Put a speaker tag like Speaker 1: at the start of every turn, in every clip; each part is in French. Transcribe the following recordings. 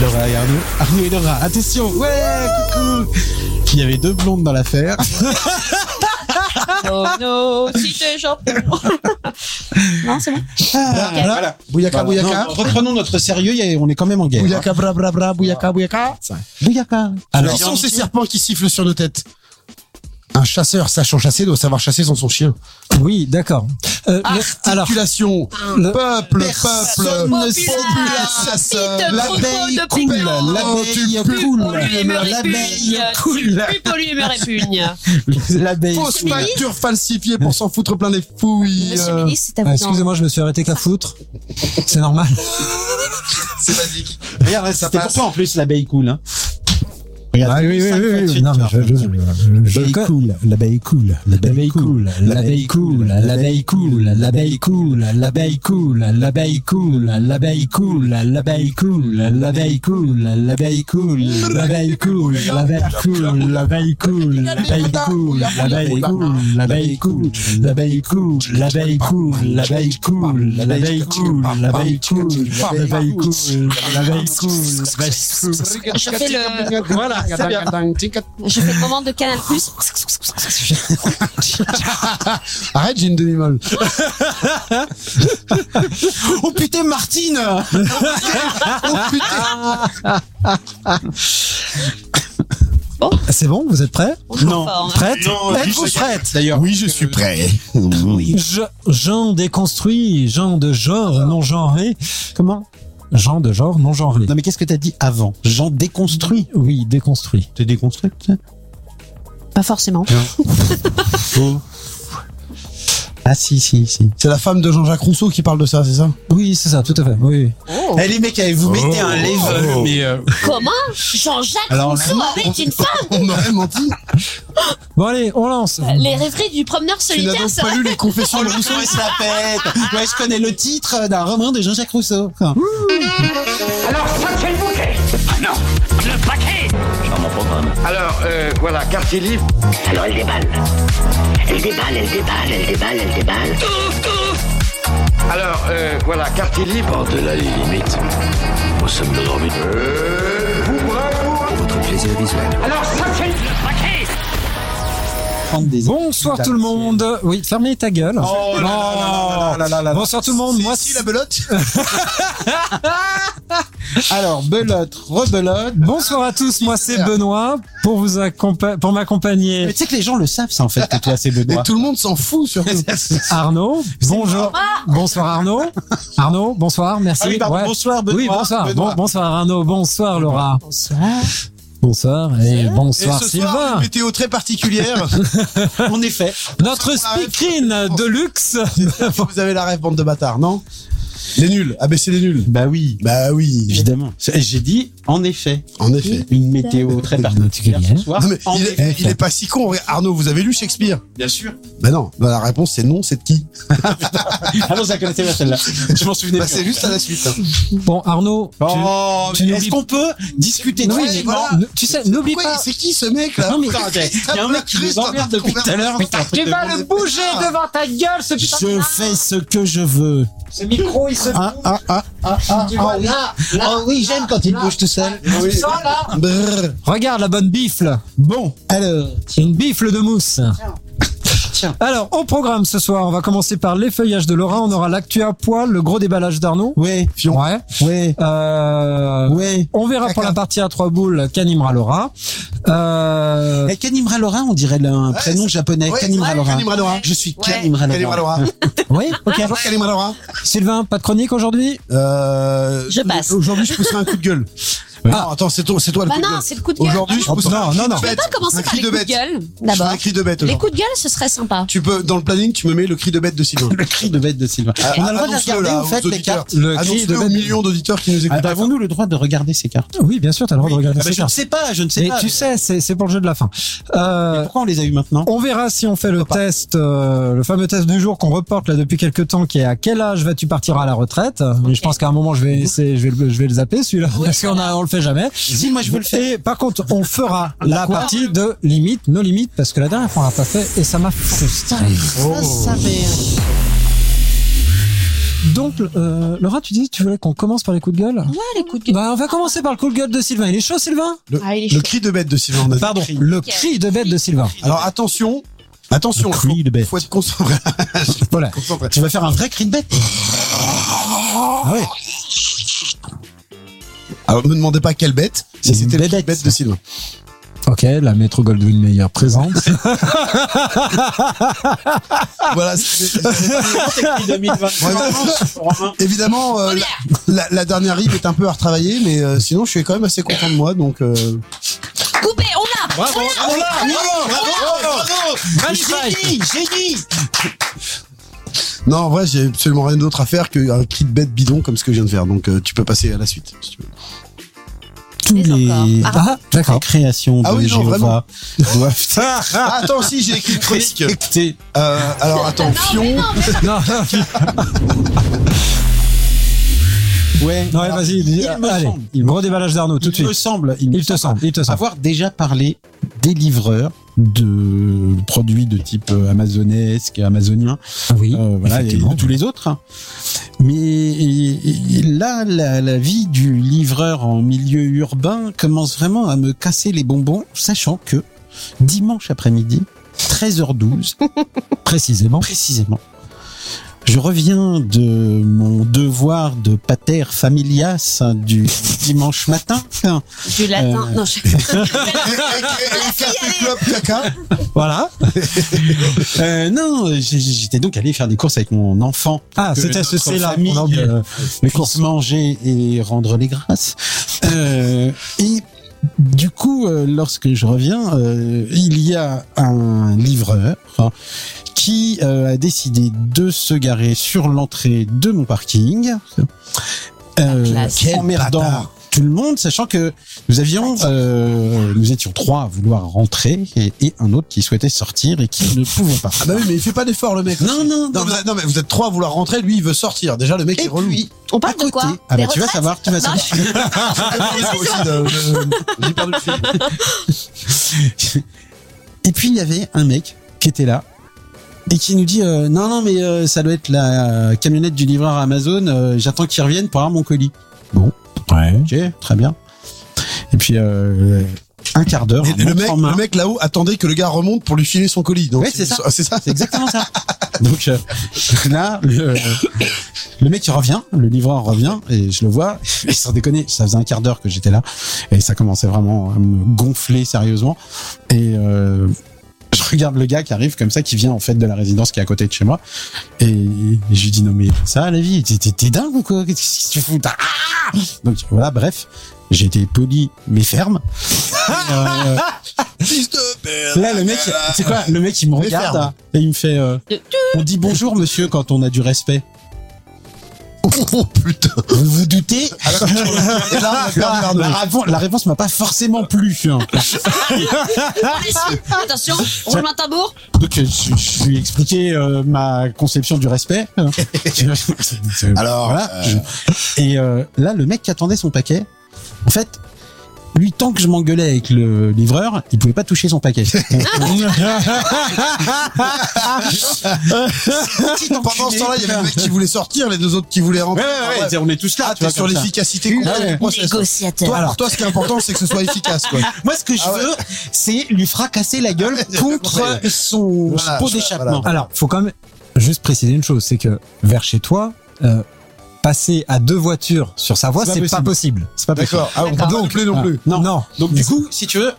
Speaker 1: Laura et Arnaud. Arnaud et Laura, attention Ouais, coucou Il y avait deux blondes dans l'affaire.
Speaker 2: Oh no, si t'es champion. non, c'est bon.
Speaker 1: Ah,
Speaker 3: Voilà.
Speaker 1: Bouyaka,
Speaker 3: Voilà.
Speaker 1: Bouyaka.
Speaker 3: Non, reprenons notre sérieux. il y a-
Speaker 1: on est quand même en guerre.
Speaker 4: Bouyaka, bra, bra, bra, bouyaka, bouyaka.
Speaker 1: Bouyaka.
Speaker 4: Alors,
Speaker 1: Alors,
Speaker 4: qui sont ces serpents qui sifflent sur nos têtes Un chasseur sachant chasser doit savoir chasser sans son chien.
Speaker 5: Oui, d'accord. Euh,
Speaker 2: Ah,
Speaker 5: le- alors,
Speaker 4: Articulation,
Speaker 5: le-
Speaker 4: peuple,
Speaker 1: personne
Speaker 4: peuple.
Speaker 1: ne
Speaker 2: Populaire.
Speaker 1: s'oublie
Speaker 2: Pite,
Speaker 1: L'abeille
Speaker 2: propos de
Speaker 1: coule,
Speaker 2: Pécan.
Speaker 1: l'abeille
Speaker 4: Oh, tu
Speaker 1: coule,
Speaker 2: pollues et me
Speaker 1: l'abeille
Speaker 2: répugnes.
Speaker 1: coule.
Speaker 2: Plus pollué me répugne.
Speaker 5: l'abeille.
Speaker 4: Fausse facture falsifiée pour s'en foutre plein les fouilles.
Speaker 2: Monsieur le
Speaker 4: euh,
Speaker 2: ministre, c'est à
Speaker 5: Ah,
Speaker 2: vous.
Speaker 5: Excusez-moi, je me suis arrêté qu'à foutre. C'est normal.
Speaker 4: C'est basique.
Speaker 3: Regarde, ça
Speaker 1: C'était
Speaker 3: passe. Bah
Speaker 1: pourquoi en plus l'abeille coule. Hein
Speaker 5: Ah oui, oui,
Speaker 1: cinq
Speaker 5: oui,
Speaker 1: fois de
Speaker 5: oui.
Speaker 1: suite,
Speaker 5: Non, mais je, je, je, je le connais.
Speaker 1: coule, l'abeille coule,
Speaker 5: L'abeille coule, l'abeille coule, l'abeille coule, l'abeille coule, l'abeille coule, l'abeille coule, l'abeille coule, l'abeille coule, l'abeille coule, l'abeille coule, l'abeille coule, l'abeille coule, l'abeille coule, l'abeille coule, l'abeille coule, l'abeille coule, l'abeille coule, l'abeille coule, l'abeille coule, l'abeille coule, l'abeille coule, l'abeille coule, l'abeille coule, l'abeille coule.
Speaker 2: Je fais le,
Speaker 1: Ah,
Speaker 4: Voilà, c'est bien.
Speaker 2: je fais le moment de Canal Plus.
Speaker 4: Arrête, j'ai une demi-molle.
Speaker 1: Oh putain, Martine
Speaker 3: Oh,
Speaker 5: C'est bon, vous êtes prêts
Speaker 1: Non.
Speaker 2: hein.
Speaker 5: Prête
Speaker 3: Non,
Speaker 5: Êtes-vous prête
Speaker 1: D'ailleurs,
Speaker 3: Oui, je suis prêt. Oui.
Speaker 5: Je, Jean déconstruit, Jean de genre non genré. Comment Jean de genre non genré.
Speaker 1: non mais qu'est-ce que t'as dit avant J'en déconstruis.
Speaker 5: Oui, déconstruit.
Speaker 1: T'es déconstruit
Speaker 2: Pas forcément.
Speaker 1: Ah si, si, si.
Speaker 4: C'est la femme de Jean-Jacques Rousseau qui parle de ça, c'est ça
Speaker 5: Oui, c'est ça, tout à fait. Oui.
Speaker 2: Oh.
Speaker 1: Eh les mecs, eh, vous mettez un level, mais... euh,
Speaker 2: Comment Jean-Jacques
Speaker 1: Alors,
Speaker 2: Rousseau avait une femme
Speaker 4: On aurait menti.
Speaker 5: Bon allez, on lance.
Speaker 2: Les rêveries du promeneur
Speaker 4: Tu n'as
Speaker 2: solitaire,
Speaker 4: donc
Speaker 2: ça
Speaker 4: pas lu les confessions de Rousseau.
Speaker 1: il se la pète Ouais, je connais le titre d'un roman de Jean-Jacques Rousseau. Enfin,
Speaker 6: Alors, ça, c'est le bouquet Ah non, le paquet
Speaker 7: Alors, euh, voilà, quartier libre.
Speaker 6: Alors, elle déballe. Elle déballe, elle déballe, elle déballe, elle déballe.
Speaker 7: Alors, euh, voilà, quartier libre.
Speaker 8: Par-delà les limites, au sommet de l'orbite. Pour votre plaisir visuel.
Speaker 6: Alors, ça, c'est le paquet
Speaker 1: prendre des...
Speaker 5: Bonsoir tout le monde. Oui, fermez ta gueule.
Speaker 1: Oh là là là là là là là.
Speaker 5: Bonsoir tout le monde. Moi,
Speaker 4: Voici la belote.
Speaker 1: Oh. Alors, belote, rebelote...
Speaker 5: bonsoir à tous. Moi, c'est Benoît pour vous accompa- pour
Speaker 1: Mais
Speaker 5: m'accompagner.
Speaker 1: tu sais que les gens le savent ça en fait, que toi c'est
Speaker 4: Et
Speaker 1: Benoît.
Speaker 4: tout le monde s'en fout surtout.
Speaker 5: Arnaud, bonjour. Bonsoir Arnaud. Arnaud, bonsoir. Merci.
Speaker 1: Ah oui, pardon,
Speaker 5: Ouais.
Speaker 1: bonsoir Benoît.
Speaker 5: Oui, bonsoir.
Speaker 1: Benoît.
Speaker 5: Bon- bonsoir Arnaud, bonsoir Laura.
Speaker 2: Bonsoir.
Speaker 5: Bonsoir et
Speaker 4: Et
Speaker 5: bonsoir
Speaker 4: ce soir,
Speaker 5: Sylvain.
Speaker 4: une météo très particulière.
Speaker 1: En effet.
Speaker 5: Notre speakerine de luxe.
Speaker 4: Vous avez la rêve, bande de bâtards, non Les nuls. Ah, ben c'est les nuls.
Speaker 1: Bah oui.
Speaker 4: Bah oui.
Speaker 1: Évidemment. J'ai dit en effet.
Speaker 4: En effet.
Speaker 1: Une météo très particulière ce soir.
Speaker 4: Non, mais
Speaker 1: En
Speaker 4: il,
Speaker 1: effet.
Speaker 4: est, il est pas si con. Arnaud, vous avez lu Shakespeare
Speaker 3: Bien sûr.
Speaker 4: Bah non. Bah la réponse c'est non, c'est de qui
Speaker 1: Ah non, je la connaissais pas celle-là. Je m'en souvenais
Speaker 4: Bah
Speaker 1: plus.
Speaker 4: c'est juste à la suite. hein.
Speaker 5: Bon, Arnaud, tu-
Speaker 1: Oh,
Speaker 5: tu
Speaker 1: mais
Speaker 5: n'oublies-
Speaker 1: est-ce qu'on peut discuter
Speaker 4: Oui, mais
Speaker 1: tranquillement
Speaker 4: voilà.
Speaker 5: ne- tu sais, n'oublie
Speaker 4: Pourquoi-
Speaker 5: pas.
Speaker 4: C'est qui ce mec là
Speaker 1: Non, mais
Speaker 4: Putain,
Speaker 1: attendez, il y a un mec qui
Speaker 4: Christ,
Speaker 1: nous emmerde
Speaker 4: dans notre
Speaker 1: depuis tout à l'heure.
Speaker 4: conversation.
Speaker 1: Putain,
Speaker 4: le bouger
Speaker 2: devant ta gueule, ce
Speaker 1: Je fais ce que je veux.
Speaker 5: Ce micro, il se
Speaker 1: Ah, ah, ah, ah, ah. Oh, oh oui, j'aime quand il bouge tout seul.
Speaker 4: Brrr.
Speaker 5: Regarde la bonne bifle.
Speaker 1: Bon, alors.
Speaker 5: Une bifle de mousse. Alors, au programme ce soir, on va commencer par l'effeuillage de Laura. On aura l'actu à poil, le gros déballage d'Arnaud.
Speaker 1: Ouais,
Speaker 5: Ouais.
Speaker 1: ouais,
Speaker 5: Euh,
Speaker 1: ouais.
Speaker 5: On verra pour la partie à trois boules qu'animera Laura. Euh,
Speaker 1: Eh, Kanimra Laura, on dirait le- un prénom japonais.
Speaker 4: ouais,
Speaker 1: Kanimra
Speaker 4: ouais,
Speaker 1: Laura.
Speaker 4: Kanimra Laura.
Speaker 1: Je suis
Speaker 2: Ouais.
Speaker 1: Kanimra
Speaker 4: Kalimra
Speaker 1: Laura.
Speaker 4: Laura.
Speaker 5: oui, ok.
Speaker 4: Bonjour Kalimra Laura.
Speaker 5: Sylvain, pas de chronique aujourd'hui
Speaker 4: Euh,
Speaker 2: Je passe.
Speaker 4: Aujourd'hui, je pousserai un coup de gueule. Ah, attends, c'est toi, c'est toi le
Speaker 2: Bah
Speaker 4: coup de
Speaker 2: non,
Speaker 4: gueule.
Speaker 2: c'est le coup de gueule.
Speaker 4: Aujourd'hui, je pousserai
Speaker 5: Non,
Speaker 4: un
Speaker 5: non,
Speaker 4: cri
Speaker 5: non.
Speaker 4: de
Speaker 2: Je vais
Speaker 4: bête.
Speaker 2: pas commencer
Speaker 4: Un
Speaker 2: par
Speaker 4: cri
Speaker 2: les
Speaker 4: de
Speaker 2: coups de
Speaker 4: bête.
Speaker 2: gueule,
Speaker 4: Je fais
Speaker 2: d'abord.
Speaker 4: un cri de bête
Speaker 2: Les
Speaker 4: aujourd'hui.
Speaker 2: coups de gueule, ce serait sympa.
Speaker 4: Tu peux, dans le planning, tu me mets le cri de bête de Sylvain.
Speaker 1: Le cri de bête de Sylvain.
Speaker 4: Ah,
Speaker 1: on a le droit de
Speaker 4: annonce-le,
Speaker 1: regarder,
Speaker 4: là,
Speaker 1: en fait,
Speaker 4: aux
Speaker 1: les
Speaker 4: auditeurs.
Speaker 1: cartes. Le cri de
Speaker 4: Annonce-le aux
Speaker 1: bête.
Speaker 4: millions d'auditeurs qui nous
Speaker 1: Ah,
Speaker 4: écoutent.
Speaker 1: Avons-nous le droit de regarder ces cartes
Speaker 5: Oui, bien sûr, t'as le droit de regarder
Speaker 1: Ah, bah,
Speaker 5: ça.
Speaker 1: Je ne sais pas, je ne sais
Speaker 5: Et
Speaker 1: pas.
Speaker 5: tu sais, c'est c'est pour le jeu de la fin. Euh,
Speaker 1: Pourquoi on les a eu maintenant
Speaker 5: On verra si on fait le test, euh, le fameux test du jour qu'on reporte là depuis quelques temps, qui est à quel âge vas-tu partir à la retraite Mais je pense qu'à un moment je vais, essayer, je vais, le- je vais le zapper celui-là parce qu'on a, on le fait jamais.
Speaker 1: Si, moi, je veux le faire.
Speaker 5: Et par contre, on fera la
Speaker 1: Quoi
Speaker 5: partie de limite, nos limites, parce que la dernière fois on l'a
Speaker 1: Oh.
Speaker 5: pas fait et ça m'a frustré.
Speaker 1: Ça, ça fait-
Speaker 5: Donc, euh, Laura, tu dis, tu voulais qu'on commence par les coups de gueule
Speaker 2: Ouais, les coups de gueule.
Speaker 5: Bah, on va commencer par le coup de gueule de Sylvain. Il est chaud, Sylvain
Speaker 2: Ah, il est
Speaker 4: Le
Speaker 2: chaud.
Speaker 4: cri de bête de Sylvain. on a dit.
Speaker 5: Pardon, le cri de bête de Sylvain.
Speaker 4: Alors attention, attention.
Speaker 1: Le cri
Speaker 4: faut-
Speaker 1: de bête.
Speaker 4: Faut être concentré.
Speaker 5: Voilà.
Speaker 4: concentré.
Speaker 1: Tu vas faire un vrai cri de bête
Speaker 5: Ah ouais.
Speaker 4: Alors me demandez pas quelle bête, si
Speaker 5: Une
Speaker 4: c'était le cri de
Speaker 5: bête.
Speaker 4: bête de Sylvain.
Speaker 5: Ok, la métro Goldwyn Mayer présente.
Speaker 4: Voilà. c'est- Vraiment, Évidemment, euh, la, la- la dernière rib est un peu à retravailler, mais euh, sinon je suis quand même assez content de moi, donc. euh,
Speaker 2: Coupé, on l'a
Speaker 1: Bravo, bravo, bravo,
Speaker 5: Magnifique.
Speaker 1: génie
Speaker 4: Non, en vrai, j'ai absolument rien d'autre à faire qu'un cri de bête bidon comme ce que je viens de faire. Donc, euh, tu peux passer à la suite. Si tu veux.
Speaker 5: Tous
Speaker 2: Mais encore.
Speaker 5: les.
Speaker 2: Ah.
Speaker 5: Ah, d'accord.
Speaker 1: Création de
Speaker 4: Ah oui, non,
Speaker 1: Jéhovah doivent
Speaker 4: Ah, attends, si, j'ai écrit une chronique.
Speaker 1: respecter.
Speaker 4: Euh, alors, attends, Fion.
Speaker 5: Non,
Speaker 1: Ouais,
Speaker 5: non, ouais, vas-y. dis-
Speaker 1: Il me
Speaker 5: Allez,
Speaker 1: semble.
Speaker 5: redéballage d'Arnaud tout de
Speaker 1: il me
Speaker 5: suite.
Speaker 1: semble, il me
Speaker 5: Il te semble, il te semble.
Speaker 1: avoir déjà parlé des livreurs de produits de type euh, amazonesque, amazonien,
Speaker 5: Ah Oui,
Speaker 1: euh, voilà, et de tous les autres. hein. Mais et- et là, la, la vie du livreur en milieu urbain commence vraiment à me casser les bonbons, sachant que dimanche après-midi, 13h12
Speaker 5: Précisément.
Speaker 1: précisément, je reviens de mon devoir de pater familias du dimanche matin.
Speaker 2: Du latin. Non, je...
Speaker 4: Club Caca.
Speaker 1: Voilà. Euh, non, j'ai- j'étais donc allé faire des courses avec mon enfant.
Speaker 5: Ah,
Speaker 1: Que
Speaker 5: c'était
Speaker 1: notre
Speaker 5: ce c'est là.
Speaker 1: famille,
Speaker 5: Non, mais, euh,
Speaker 1: mais courses manger et rendre les grâces. Euh, et du coup, euh, lorsque je reviens, euh, il y a un livreur hein, qui euh, a décidé de se garer sur l'entrée de mon parking. Euh,
Speaker 2: classe.
Speaker 1: en merdant tout le monde, sachant que nous avions, euh, nous étions trois à vouloir rentrer et, et un autre qui souhaitait sortir et qui ne pouvait pas.
Speaker 4: Ah, bah oui, mais il fait pas d'effort, le mec.
Speaker 1: Non, non,
Speaker 4: Non,
Speaker 1: non,
Speaker 4: vous êtes, non, mais vous êtes trois à vouloir rentrer. Lui, il veut sortir. Déjà, le mec est
Speaker 1: Et
Speaker 4: relou.
Speaker 1: puis,
Speaker 2: On
Speaker 1: à
Speaker 2: parle de
Speaker 1: côté,
Speaker 2: quoi
Speaker 1: ah
Speaker 2: Des
Speaker 1: bah, tu vas
Speaker 2: retraites
Speaker 1: savoir, tu vas
Speaker 2: Non,
Speaker 1: savoir.
Speaker 4: Ah, euh, J'ai perdu le fil.
Speaker 1: Et puis il y avait un mec qui était là et qui nous dit euh, non non mais euh, ça doit être la euh, camionnette du livreur Amazon. euh, J'attends qu'il revienne pour avoir mon colis. Bon,
Speaker 5: Ouais.
Speaker 1: ok, très bien. Et puis euh, un quart d'heure.
Speaker 4: Et
Speaker 1: un
Speaker 4: le
Speaker 1: montre
Speaker 4: mec,
Speaker 1: en main.
Speaker 4: le mec là-haut attendait que le gars remonte pour lui filer son colis. Donc,
Speaker 1: Ouais, c'est ça.
Speaker 4: ah, C'est ça.
Speaker 1: C'est exactement ça. Donc euh, là, le, le mec il revient, le livreur revient et je le vois. Et sans déconner, ça faisait un quart d'heure que j'étais là et ça commençait vraiment à me gonfler sérieusement. Et euh, je regarde le gars qui arrive comme ça, qui vient en fait de la résidence qui est à côté de chez moi. Et je lui dis non mais ça la vie, t'es- t'es t'es dingue ou quoi Qu'est-ce que tu fous T'as- Ah Donc voilà, bref, j'ai été poli mais ferme. Et, euh,
Speaker 4: Fils de père.
Speaker 1: Là, le mec, c'est quoi Le mec, il me
Speaker 4: Mais
Speaker 1: regarde
Speaker 4: ferme.
Speaker 1: et il me fait. euh,
Speaker 2: De-
Speaker 1: on dit bonjour, monsieur, quand on a du respect.
Speaker 4: Oh putain.
Speaker 1: Vous vous doutez
Speaker 4: Et là, on a perdu
Speaker 1: la,
Speaker 4: Arnaud.
Speaker 1: réponse- la réponse m'a pas forcément plu. hein.
Speaker 2: Attention, roule un tambour.
Speaker 1: Donc, euh, je, je lui ai expliqué euh, ma conception du respect.
Speaker 4: Alors,
Speaker 1: Voilà.
Speaker 4: euh,
Speaker 1: Je- Et euh, là, le mec qui attendait son paquet, en fait, lui, tant que je m'engueulais avec le livreur, il pouvait pas toucher son paquet.
Speaker 4: pendant ce temps-là, il y avait le mec qui voulait sortir, les deux autres qui voulaient
Speaker 1: Ouais,
Speaker 4: rentrer.
Speaker 1: ouais, ouais,
Speaker 4: Ah, ouais.
Speaker 1: on est tous là,
Speaker 4: Ah,
Speaker 1: tu
Speaker 4: t'es
Speaker 1: vois,
Speaker 4: sur
Speaker 1: comme ça.
Speaker 4: l'efficacité complète
Speaker 1: Ouais, ouais.
Speaker 4: du process.
Speaker 2: Négociateur.
Speaker 4: Toi, alors, toi, ce qui est important, c'est que ce soit efficace, quoi.
Speaker 1: Moi, ce que je
Speaker 4: Ah ouais.
Speaker 1: veux, c'est lui fracasser la gueule contre
Speaker 4: Voilà.
Speaker 1: son
Speaker 4: Voilà,
Speaker 1: pot
Speaker 4: voilà,
Speaker 1: d'échappement.
Speaker 5: Alors, faut quand même juste préciser une chose, c'est que vers chez toi, euh, passer à deux voitures sur sa voie,
Speaker 1: C'est pas
Speaker 5: c'est pas possible.
Speaker 1: C'est pas
Speaker 4: D'accord. Ah, on peut
Speaker 2: D'accord.
Speaker 4: pas appeler non
Speaker 1: Ah.
Speaker 4: plus.
Speaker 1: Non.
Speaker 5: non.
Speaker 1: Donc, du coup, si tu veux,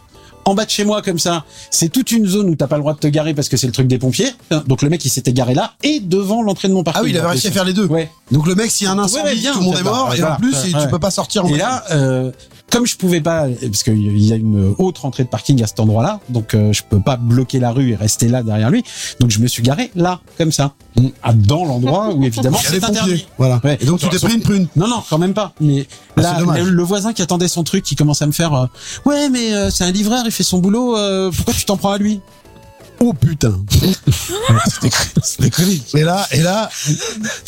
Speaker 1: en bas de chez moi, comme ça, c'est toute une zone où t'as pas le droit de te garer parce que c'est le truc des pompiers. Donc, le mec, il s'était garé là et devant l'entrée de mon parking.
Speaker 4: Ah oui, il avait réussi à faire les deux.
Speaker 1: Ouais.
Speaker 4: Donc le mec, s'il y a un
Speaker 1: Ouais,
Speaker 4: incendie,
Speaker 1: ouais, bien,
Speaker 4: tout le monde
Speaker 1: ça
Speaker 4: est
Speaker 1: va.
Speaker 4: mort, et
Speaker 1: Voilà.
Speaker 4: en plus,
Speaker 1: Ouais.
Speaker 4: tu peux pas sortir en
Speaker 1: Et là, euh, comme je pouvais pas, parce qu'il y a une autre entrée de parking à cet endroit-là, donc euh, je peux pas bloquer la rue et rester là derrière lui. Donc je me suis garé là, comme ça, Ah, dans l'endroit où évidemment
Speaker 4: il y a les
Speaker 1: c'est
Speaker 4: pompiers.
Speaker 1: interdit.
Speaker 4: Voilà.
Speaker 1: Ouais.
Speaker 4: Et donc tu t'es pris une prune.
Speaker 1: Non, non, quand même pas. Mais
Speaker 4: Ah,
Speaker 1: là,
Speaker 4: c'est dommage.
Speaker 1: le, le voisin qui attendait son truc, qui commence à me faire euh, Ouais, mais euh, c'est un livreur, il fait son boulot, euh, pourquoi tu t'en prends à lui
Speaker 4: Oh putain. Et là, et là,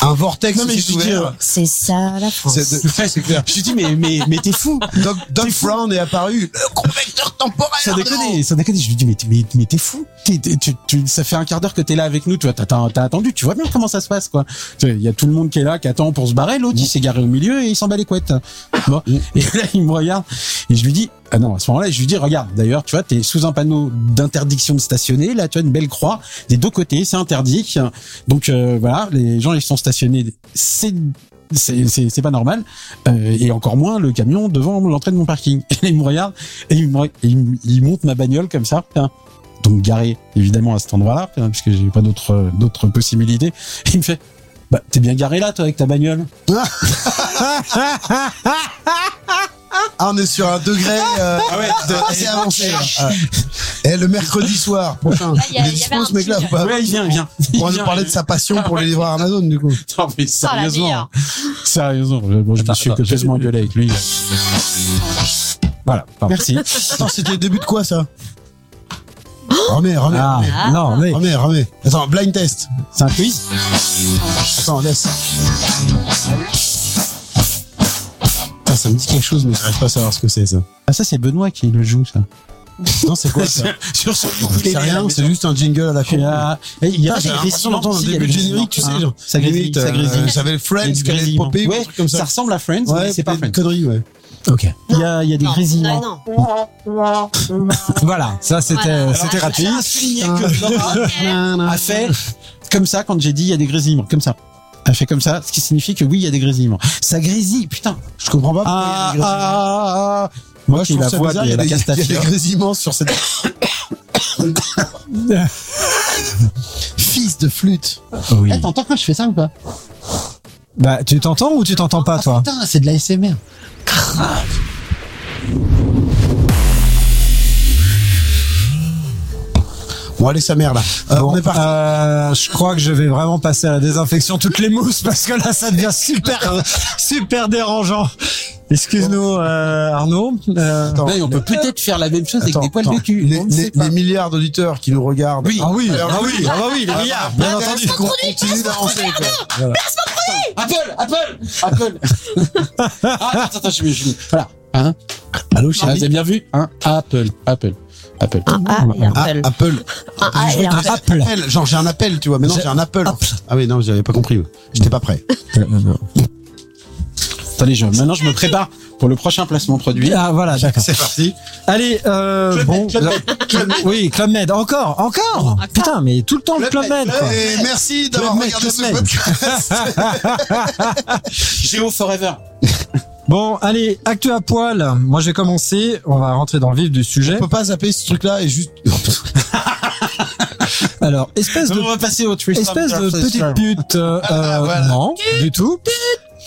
Speaker 4: un vortex.
Speaker 1: Non, mais
Speaker 4: s'est
Speaker 1: je dis
Speaker 4: ouvert.
Speaker 1: que-
Speaker 9: C'est ça la France.
Speaker 4: C'est de-
Speaker 1: Ouais, c'est clair. Je lui dis, mais, mais, mais t'es fou.
Speaker 4: Doc, Doc Brown est apparu. Le convecteur temporel.
Speaker 1: Ça déconne, ça déconne. Je lui dis, mais, t'es- mais, mais t'es fou. T'es- t'es- tu, tu- ça fait un quart d'heure que t'es là avec nous. Tu vois, t'as, t'as- t'as attendu. Tu vois bien comment ça se passe, quoi. Tu sais, Il y a tout le monde qui est là, qui attend pour se barrer. L'autre, il s'est garé au milieu et il s'en bat les couettes. Bon. Et là, il me regarde et je lui dis, ah non, à ce moment-là, je lui dis, regarde, d'ailleurs, tu vois, t'es sous un panneau d'interdiction de stationner. Là, tu as une belle croix des deux côtés. C'est interdit. Donc, euh, voilà, les gens, ils sont stationnés. C'est, c'est, c'est, c'est pas normal. Euh, et encore moins le camion devant l'entrée de mon parking. Et là, il me regarde et il, me, il, me- il monte ma bagnole comme ça. hein. Donc garé évidemment à cet endroit-là, hein, puisque j'ai pas d'autre euh, d'autre possibilité. Et il me fait bah, t'es bien garé là toi avec ta bagnole.
Speaker 4: Ah, on est sur un degré euh, de- assez avancé. là. Ouais. Et le mercredi soir prochain,
Speaker 2: Ah, y a-
Speaker 4: il est
Speaker 2: y
Speaker 4: dispo
Speaker 2: avait un
Speaker 4: ce mec-là
Speaker 2: petit-
Speaker 4: ou pas
Speaker 1: ouais, il vient, il vient. Il
Speaker 4: On va
Speaker 1: vient.
Speaker 4: nous parler de sa passion pour les livreurs Amazon du coup.
Speaker 1: Non, mais sérieusement, hein.
Speaker 2: meilleure.
Speaker 1: sérieusement, je, bon, je me suis complètement engueulé avec lui. Voilà. pardon.
Speaker 4: Merci. Attends, c'était le début de quoi ça Remets, remets,
Speaker 1: Ah,
Speaker 4: remets.
Speaker 1: non, mais
Speaker 4: Remets, remets. Attends, blind test.
Speaker 1: c'est un quiz.
Speaker 4: Attends, laisse. Putain, ça me dit quelque chose, mais j'arrive pas à savoir ce que c'est ça.
Speaker 1: Ah ça c'est Benoît qui le joue ça.
Speaker 4: Non, c'est quoi ça
Speaker 1: Sur son
Speaker 4: C'est rien, c'est juste un jingle à la con.
Speaker 1: Il y a, eh, il y a
Speaker 4: Putain,
Speaker 1: pas
Speaker 4: J'ai
Speaker 1: des
Speaker 4: l'impression d'entendre un
Speaker 1: silences, il y a
Speaker 4: début de
Speaker 1: des
Speaker 4: générique, tu sais,
Speaker 1: silences,
Speaker 4: genre.
Speaker 1: hein. Ça grésille,
Speaker 4: limite,
Speaker 1: ça
Speaker 4: euh,
Speaker 1: grésille.
Speaker 4: J'avais le Friends,
Speaker 1: Il y a du
Speaker 4: qui allait
Speaker 1: grésillement.
Speaker 4: popper, ou un
Speaker 1: Ouais,
Speaker 4: truc comme ça.
Speaker 1: ça ressemble à Friends, mais
Speaker 4: Ouais,
Speaker 1: c'est pas
Speaker 4: une
Speaker 1: Friends.
Speaker 4: connerie, ouais.
Speaker 5: Ok.
Speaker 1: Il y a, il y a des
Speaker 9: Non,
Speaker 1: grésillements.
Speaker 9: non,
Speaker 5: Voilà, ça c'était
Speaker 1: euh,
Speaker 2: Voilà.
Speaker 5: c'était rapide.
Speaker 1: J'ai souligné que Laura a fait comme ça quand j'ai dit il y a des grésillements, comme ça. Elle fait comme ça, ce qui signifie que oui, il y a des grésillements. Ça grésille, putain.
Speaker 4: Je comprends pas pourquoi
Speaker 1: Ah,
Speaker 4: il y a des grésillements.
Speaker 1: ah, ah, ah. Moi,
Speaker 4: Je
Speaker 1: qui la
Speaker 4: trouve ça
Speaker 1: voix
Speaker 4: bizarre,
Speaker 1: de
Speaker 4: il y a
Speaker 1: la
Speaker 4: des- il y a des
Speaker 1: Castafiore.
Speaker 4: grésillements sur cette. Fils de flûte.
Speaker 5: Oui.
Speaker 1: Eh, T'entends quand je fais ça ou pas
Speaker 5: Bah, tu t'entends ou tu t'entends pas toi
Speaker 1: Putain, c'est de la SMR.
Speaker 4: Bon, allez, sa mère, là. Euh,
Speaker 5: Bon,
Speaker 4: On est parti.
Speaker 5: euh, je crois que je vais vraiment passer à la désinfection toutes les mousses parce que là ça devient super super dérangeant. Excuse-nous euh, Arnaud. Euh,
Speaker 4: Attends.
Speaker 1: on peut peut-être faire la même chose
Speaker 4: Attends,
Speaker 1: avec des poils
Speaker 4: attends.
Speaker 1: de cul.
Speaker 4: Les,
Speaker 1: On ne
Speaker 4: les-
Speaker 1: sait pas.
Speaker 4: les milliards d'auditeurs qui nous regardent.
Speaker 1: Oui.
Speaker 5: Ah oui,
Speaker 4: Alors,
Speaker 5: ah oui, ah bah oui, les
Speaker 4: Ah,
Speaker 5: milliards,
Speaker 4: bah,
Speaker 5: bien
Speaker 4: bah,
Speaker 5: entendu.
Speaker 4: qu'on continue d'avancer. quoi.
Speaker 1: Apple, Apple, Apple. ah, attends, attends, je me je me- Voilà. Hein
Speaker 4: Allô,
Speaker 1: Ah, vous
Speaker 4: chérie
Speaker 1: avez bien vu Hein Apple, Apple, Apple.
Speaker 9: Un A et un
Speaker 4: Ah,
Speaker 9: Apple.
Speaker 4: Apple.
Speaker 9: Un A
Speaker 4: Je
Speaker 9: et
Speaker 4: vois
Speaker 9: un
Speaker 4: que t'as- Appel. Genre, j'ai un appel, tu vois. Mais non,
Speaker 5: J'ai-
Speaker 4: j'ai un Apple. Ah oui, non, j'avais pas compris. J'étais pas prêt.
Speaker 1: Attendez, je, maintenant je me prépare pour le prochain placement produit.
Speaker 5: Ah voilà, d'accord.
Speaker 4: C'est parti.
Speaker 5: Allez, euh, bon, oui, Club Med, encore, encore. Putain, mais tout le temps le Club Med. quoi.
Speaker 4: Et merci d'avoir
Speaker 5: Club Med,
Speaker 4: regardé ce
Speaker 5: Club Med.
Speaker 4: podcast.
Speaker 1: Géo Forever.
Speaker 5: Bon, allez, actu à poil. Moi, je vais commencer. On va rentrer dans le vif du sujet.
Speaker 4: On peut pas zapper ce truc-là et juste.
Speaker 5: Alors, espèce de
Speaker 1: on va passer au Tristan.
Speaker 5: espèce de
Speaker 1: versus
Speaker 5: petite
Speaker 1: Star.
Speaker 5: pute. euh,
Speaker 1: Ah, bah,
Speaker 5: euh, Non, du tout.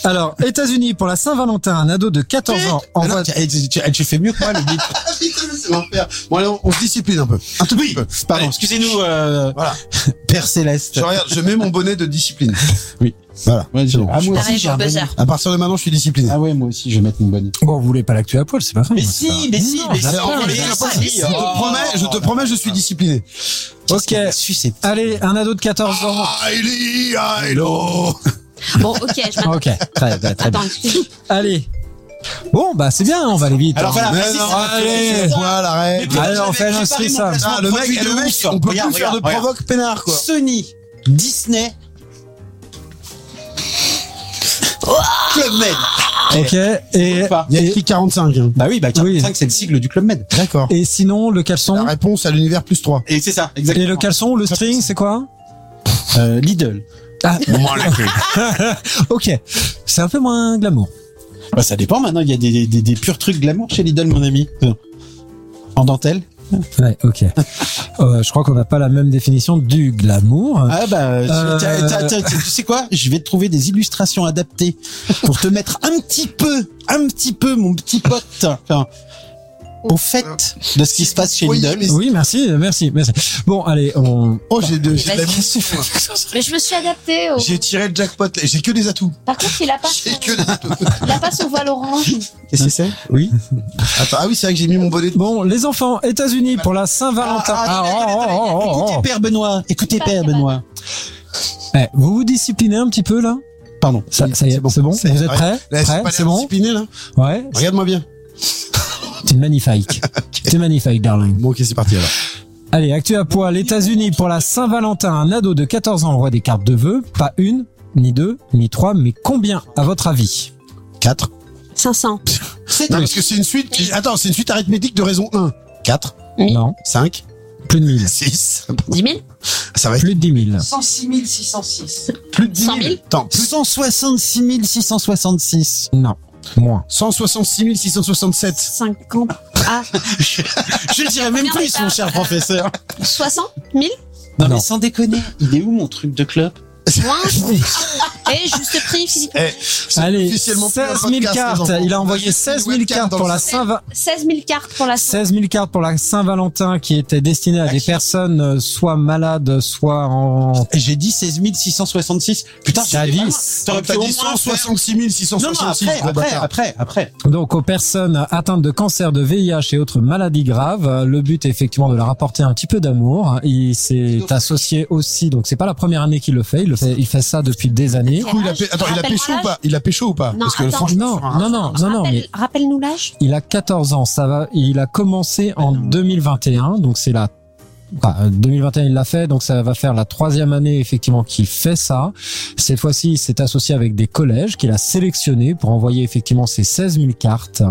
Speaker 5: Alors, États-Unis pour la Saint-Valentin, un ado de 14 ans
Speaker 1: Ah non,
Speaker 5: envoie.
Speaker 1: tu- eh, tu, tu- eh, tu fais mieux que moi, le beat.
Speaker 4: Ah, putain, c'est l'enfer. Bon, allez, on, on se discipline un peu. Un tout petit peu.
Speaker 1: Pardon, excusez-nous, euh,
Speaker 4: Voilà.
Speaker 1: Père Céleste.
Speaker 4: Je regarde, je mets mon bonnet de discipline.
Speaker 1: Oui.
Speaker 4: Voilà.
Speaker 1: Ouais, j'ai-
Speaker 4: C'est bon.
Speaker 1: ah, moi
Speaker 2: Pareil
Speaker 1: aussi, j'ai
Speaker 2: pour
Speaker 1: un bonnet.
Speaker 2: buzzer.
Speaker 4: À partir de maintenant, je suis discipliné.
Speaker 1: Ah ouais, moi aussi, je vais mettre mon bonnet.
Speaker 5: Bon, vous voulez pas l'actu à poil, c'est pas grave.
Speaker 1: Mais
Speaker 5: c'est pas
Speaker 1: si, mais si, mais si,
Speaker 4: Alors, on va
Speaker 1: mais
Speaker 4: les faire
Speaker 1: si,
Speaker 4: passer.
Speaker 1: mais
Speaker 4: Je te promets, je te promets, je suis discipliné.
Speaker 5: Ok.
Speaker 1: Sucé.
Speaker 5: Allez, un ado de 14 ans.
Speaker 4: Aïli, Aïlo.
Speaker 2: Bon, ok, je m'attends.
Speaker 5: Ok, très bien, très bien.
Speaker 2: Attends, excuse-moi.
Speaker 5: Allez. Bon, bah c'est bien, on va aller vite.
Speaker 1: Alors,
Speaker 5: hein.
Speaker 1: voilà.
Speaker 4: Mais
Speaker 1: vas-y,
Speaker 4: non,
Speaker 1: c'est
Speaker 4: allez.
Speaker 1: parti.
Speaker 4: Voilà, arrête.
Speaker 1: puis,
Speaker 5: Allez, on
Speaker 1: j'avais
Speaker 5: fait un inscrit,
Speaker 1: préparé mon
Speaker 5: ça.
Speaker 1: placement
Speaker 4: Ah, le mec,
Speaker 1: produit
Speaker 4: eh, le
Speaker 1: de
Speaker 4: mec,
Speaker 1: ouf.
Speaker 4: on peut
Speaker 1: Regarde,
Speaker 4: plus faire de
Speaker 1: regarde, regarde.
Speaker 4: provoque peinard, quoi.
Speaker 1: Sony, Disney. Club Med.
Speaker 5: Ok. Et,
Speaker 1: Pas.
Speaker 4: Il y a écrit 45. hein.
Speaker 1: Bah oui, bah 45,
Speaker 5: Oui.
Speaker 1: c'est le sigle du Club Med.
Speaker 4: D'accord.
Speaker 5: et sinon, le caleçon.
Speaker 4: La réponse à l'univers plus 3.
Speaker 1: Et c'est ça, exactement.
Speaker 5: Et le caleçon, le string, c'est quoi Ah.
Speaker 1: Euh, Lidl.
Speaker 5: Ok. C'est un peu moins glamour.
Speaker 1: Bah ça dépend maintenant, il y a des, des, des, des purs trucs glamour chez Lidl, mon ami. En dentelle
Speaker 5: Ouais, ok. Euh, je crois qu'on n'a pas la même définition du glamour.
Speaker 1: Ah bah, tu-
Speaker 5: Euh.
Speaker 1: t'as- t'as- t'as- tu sais quoi Je vais te trouver des illustrations adaptées pour te mettre un petit peu, un petit peu, mon petit pote. Enfin,
Speaker 2: au
Speaker 9: fait de ce qui se passe chez
Speaker 4: Oui,
Speaker 9: Lidl.
Speaker 4: mais-
Speaker 5: Oui, merci, merci, merci. Bon, allez, on.
Speaker 4: Oh, j'ai de, j'ai de la
Speaker 2: Vas-y.
Speaker 4: mission.
Speaker 2: Mais je me suis adaptée. Au...
Speaker 4: J'ai tiré le jackpot. là. J'ai que des atouts.
Speaker 2: Par contre, il a pas,
Speaker 4: J'ai
Speaker 2: son...
Speaker 4: que des atouts.
Speaker 2: il a pas son voile orange.
Speaker 1: Qu'est-ce que c'est Oui.
Speaker 4: Attends, ah oui, c'est vrai que j'ai mis mon bonnet. de-
Speaker 5: Bon, les enfants, États-Unis pour la Saint-Valentin. Ah, oh, oh, oh, oh, oh.
Speaker 1: Hein? Père Benoît, écoutez
Speaker 2: Pas Père Benoît.
Speaker 5: Eh, vous vous disciplinez un petit peu là
Speaker 1: Pardon.
Speaker 5: Ça, ça y est, c'est bon. Vous êtes prêts
Speaker 4: Là,
Speaker 5: Prêts
Speaker 4: c'est pas
Speaker 5: C'est
Speaker 4: l'air
Speaker 5: bon
Speaker 4: discipliné, là.
Speaker 5: Ouais.
Speaker 4: Regarde-moi bien.
Speaker 5: T'es magnifique. T'es magnifique, darling.
Speaker 4: Bon, ok, c'est parti alors.
Speaker 5: Allez, actu à poil, États-Unis pour la Saint-Valentin. Un ado de 14 ans envoie des cartes de vœux, pas une, ni deux, ni trois, mais combien à votre avis
Speaker 4: 4.
Speaker 9: 500.
Speaker 4: Non, parce que c'est une suite. Attends, c'est une suite arithmétique de raison 1. 4,
Speaker 2: Oui.
Speaker 5: Non,
Speaker 4: 5,
Speaker 5: plus de 1000.
Speaker 4: 6.
Speaker 2: 10 000
Speaker 4: Ça va être
Speaker 5: Plus de 10 000.
Speaker 10: 106 606.
Speaker 4: plus de 10 000.
Speaker 2: 100 000.
Speaker 4: Attends, plus
Speaker 1: 166 666.
Speaker 5: Non, moins.
Speaker 4: 166 667.
Speaker 9: 50. Ah,
Speaker 1: Je dirais même
Speaker 2: Combien
Speaker 4: Ah,
Speaker 1: plus,
Speaker 2: ça
Speaker 1: mon cher professeur.
Speaker 2: 60 000
Speaker 1: Non,
Speaker 5: Non.
Speaker 1: mais sans déconner.
Speaker 3: Il est où mon truc de club
Speaker 2: Moins Et juste prix, Philippe.
Speaker 4: C'est
Speaker 5: Allez, 16
Speaker 4: officiellement plus un
Speaker 5: 000
Speaker 4: podcast, les
Speaker 5: cartes.
Speaker 4: enfants.
Speaker 5: Il a
Speaker 4: On
Speaker 5: envoyé
Speaker 4: juste
Speaker 5: 16
Speaker 4: une
Speaker 5: 000
Speaker 4: webcam
Speaker 5: cartes
Speaker 4: dans
Speaker 5: pour
Speaker 4: le-
Speaker 5: la Saint-Valentin.
Speaker 2: 16 000 cartes pour la
Speaker 5: 16 000 cartes pour la Saint-Valentin qui étaient destinées à des personnes euh, soit malades, soit en...
Speaker 1: J'ai dit 16 666. Putain,
Speaker 5: T'as
Speaker 1: j'avais
Speaker 5: dit-
Speaker 1: pas- T'aurais pu
Speaker 4: T'as
Speaker 1: au
Speaker 4: dit
Speaker 1: moins
Speaker 4: 166
Speaker 1: faire- Non, non,
Speaker 4: 666.
Speaker 1: après,
Speaker 4: gros
Speaker 1: après,
Speaker 4: bâtard.
Speaker 1: après, après.
Speaker 5: Donc aux personnes atteintes de cancer, de VIH et autres maladies graves, euh, le but est effectivement de leur apporter un petit peu d'amour. Il s'est associé aussi, donc c'est pas la première année qu'il le fait, il le fait, il fait ça depuis des années.
Speaker 4: Du coup, il a, pé- attends, il a
Speaker 2: Rappelle-moi
Speaker 4: pécho ou
Speaker 2: l'âge.
Speaker 4: pas Il a pécho ou pas
Speaker 2: Non,
Speaker 4: Parce que
Speaker 2: attends.
Speaker 4: franchement,
Speaker 5: Non, non, non, non, non, mais
Speaker 2: Rappelle- Rappelle-nous l'âge.
Speaker 5: il a 14 ans, ça va, il a commencé en 2021, donc c'est la bah, 2021 il l'a fait, donc ça va faire la troisième année effectivement qu'il fait ça. Cette fois-ci, il s'est associé avec des collèges qu'il a sélectionnés pour envoyer effectivement ces 16 000 cartes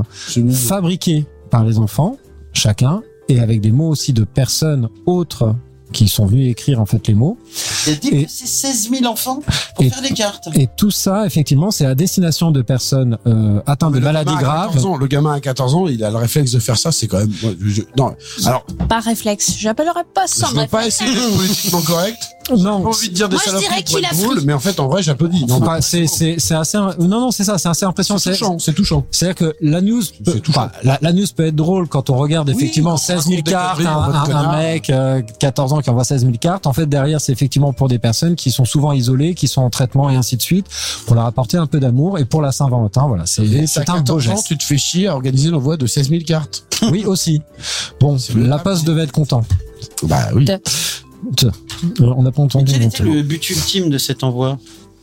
Speaker 5: fabriquées par les enfants, chacun, et avec des mots aussi de personnes autres qui sont venues écrire en fait les mots.
Speaker 10: Il a dit
Speaker 5: Et-
Speaker 10: que c'est 16 000 enfants pour
Speaker 5: Et-
Speaker 10: faire des cartes.
Speaker 5: Et tout ça, effectivement, c'est à destination de personnes euh, atteintes de
Speaker 4: le
Speaker 5: maladies
Speaker 4: gamin à 14
Speaker 5: graves.
Speaker 4: ans, le gamin à 14 ans, il a le réflexe de faire ça, c'est quand même. moi, je- non, alors,
Speaker 2: Par réflexe. J'appellerai pas
Speaker 4: je
Speaker 2: sans
Speaker 4: veux
Speaker 2: réflexe.
Speaker 4: pas essayer d'être politiquement correct. J'ai
Speaker 5: Non,
Speaker 4: pas envie de dire des
Speaker 2: Moi, je dirais
Speaker 4: saloperies pour
Speaker 2: qu'il
Speaker 4: être
Speaker 2: a
Speaker 4: drôle,
Speaker 2: fri-
Speaker 4: mais en fait, en vrai, j'applaudis. Non,
Speaker 5: Faut
Speaker 4: mais
Speaker 5: pas- c'est c'est c'est assez non non c'est ça c'est assez impressionnant
Speaker 4: c'est
Speaker 5: c'est
Speaker 4: touchant, c'est touchant.
Speaker 5: c'est-à-dire que la news peut,
Speaker 4: C'est touchant.
Speaker 5: enfin, la, la news peut être drôle quand on regarde effectivement
Speaker 4: quand on
Speaker 5: 16 000
Speaker 4: raconte des
Speaker 5: cartes, un,
Speaker 4: conneries, on vote
Speaker 5: un- un
Speaker 4: connard.
Speaker 5: mec euh, 14 ans qui envoie 16 000 cartes. En fait, derrière, c'est effectivement pour des personnes qui sont souvent isolées, qui sont en traitement et ainsi de suite, pour leur apporter un peu d'amour et pour la Saint-Valentin. Voilà, c'est
Speaker 4: Et
Speaker 5: c'est
Speaker 4: t'as
Speaker 5: un beau
Speaker 4: 14 ans,
Speaker 5: geste.
Speaker 4: tu te fais chier à organiser l'envoi de 16 000 cartes.
Speaker 5: Oui aussi. Bon,
Speaker 4: le
Speaker 5: la
Speaker 4: pape.
Speaker 5: poste devait être content. Euh,
Speaker 4: Bah oui.
Speaker 5: On n'a pas entendu.
Speaker 3: Quel
Speaker 5: non
Speaker 3: était
Speaker 5: plus.
Speaker 3: le but ultime de cet envoi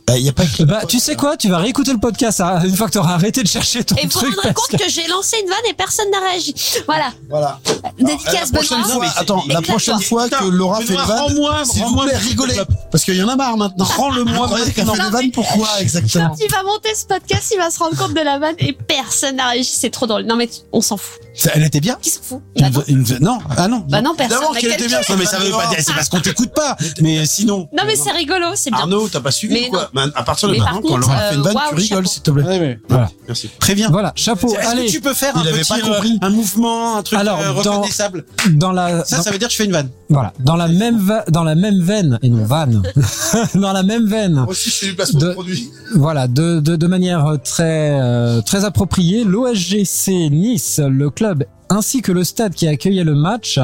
Speaker 4: Bah, y a pas que.
Speaker 5: Bah, tu sais quoi, tu vas réécouter le podcast hein, une fois que t'auras arrêté de chercher ton
Speaker 2: Et vous vous
Speaker 5: truc.
Speaker 2: rendrez
Speaker 5: parce
Speaker 2: compte que j'ai lancé une vanne et personne n'a réagi. Voilà.
Speaker 4: Voilà.
Speaker 2: Dédicace
Speaker 4: Ah, la prochaine
Speaker 2: Benoît.
Speaker 4: fois,
Speaker 3: Non, mais c'est-
Speaker 4: attends, la
Speaker 2: Exactement.
Speaker 4: prochaine fois que Laura fait une vanne,
Speaker 3: Rends-moi,
Speaker 4: s'il vous
Speaker 3: rends-moi
Speaker 4: plaît,
Speaker 3: le truc de
Speaker 4: rigolez.
Speaker 3: club.
Speaker 4: Parce qu'il y en a marre maintenant.
Speaker 3: Rends-le-moi.
Speaker 4: Rends-le-moi.
Speaker 3: maintenant.
Speaker 4: fait des vannes, pourquoi exactement
Speaker 2: Quand il va monter ce podcast, il va se rendre compte de la vanne et personne n'a réagi. C'est trop drôle. Non, mais tu- on s'en fout.
Speaker 1: Ça, Elle était bien
Speaker 2: Qui s'en fout
Speaker 1: Une
Speaker 2: bah non,
Speaker 1: v- une v- Non, ah non.
Speaker 2: Bah non, personne.
Speaker 4: D'abord
Speaker 2: Mais
Speaker 4: qu'elle
Speaker 2: quel-
Speaker 4: était bien.
Speaker 1: Non, mais ça veut pas dire, c'est parce qu'on t'écoute pas. Mais sinon.
Speaker 2: Non, mais c'est rigolo, Oh, c'est bien.
Speaker 4: Arnaud, t'as pas suivi
Speaker 2: Mais
Speaker 4: quoi Bah, À partir de
Speaker 2: Mais par
Speaker 4: maintenant, quand Laura
Speaker 2: contre,
Speaker 4: fait une
Speaker 2: euh,
Speaker 4: vanne, tu
Speaker 2: waouh,
Speaker 4: rigoles,
Speaker 2: chapeau.
Speaker 4: s'il te plaît.
Speaker 5: Voilà.
Speaker 4: Merci.
Speaker 1: Préviens.
Speaker 5: Voilà, chapeau.
Speaker 1: Est-ce
Speaker 5: Allez,
Speaker 1: que tu peux faire un
Speaker 4: Il avait
Speaker 1: petit,
Speaker 4: pas
Speaker 1: euh,
Speaker 4: compris.
Speaker 1: un mouvement, un truc
Speaker 5: Alors,
Speaker 1: euh,
Speaker 5: dans-
Speaker 1: reconnaissable
Speaker 5: dans la
Speaker 1: Ça,
Speaker 5: dans-
Speaker 1: ça veut dire que je fais une
Speaker 4: Ah,
Speaker 1: vanne.
Speaker 5: Voilà, dans la même va- dans la même veine et non vanne, dans la même veine,
Speaker 4: Moi aussi, je fais du placement de
Speaker 5: De-
Speaker 4: produit.
Speaker 5: voilà, de de, de manière très euh, très appropriée, l'OSGC Nice, le club ainsi que le stade qui accueillait le match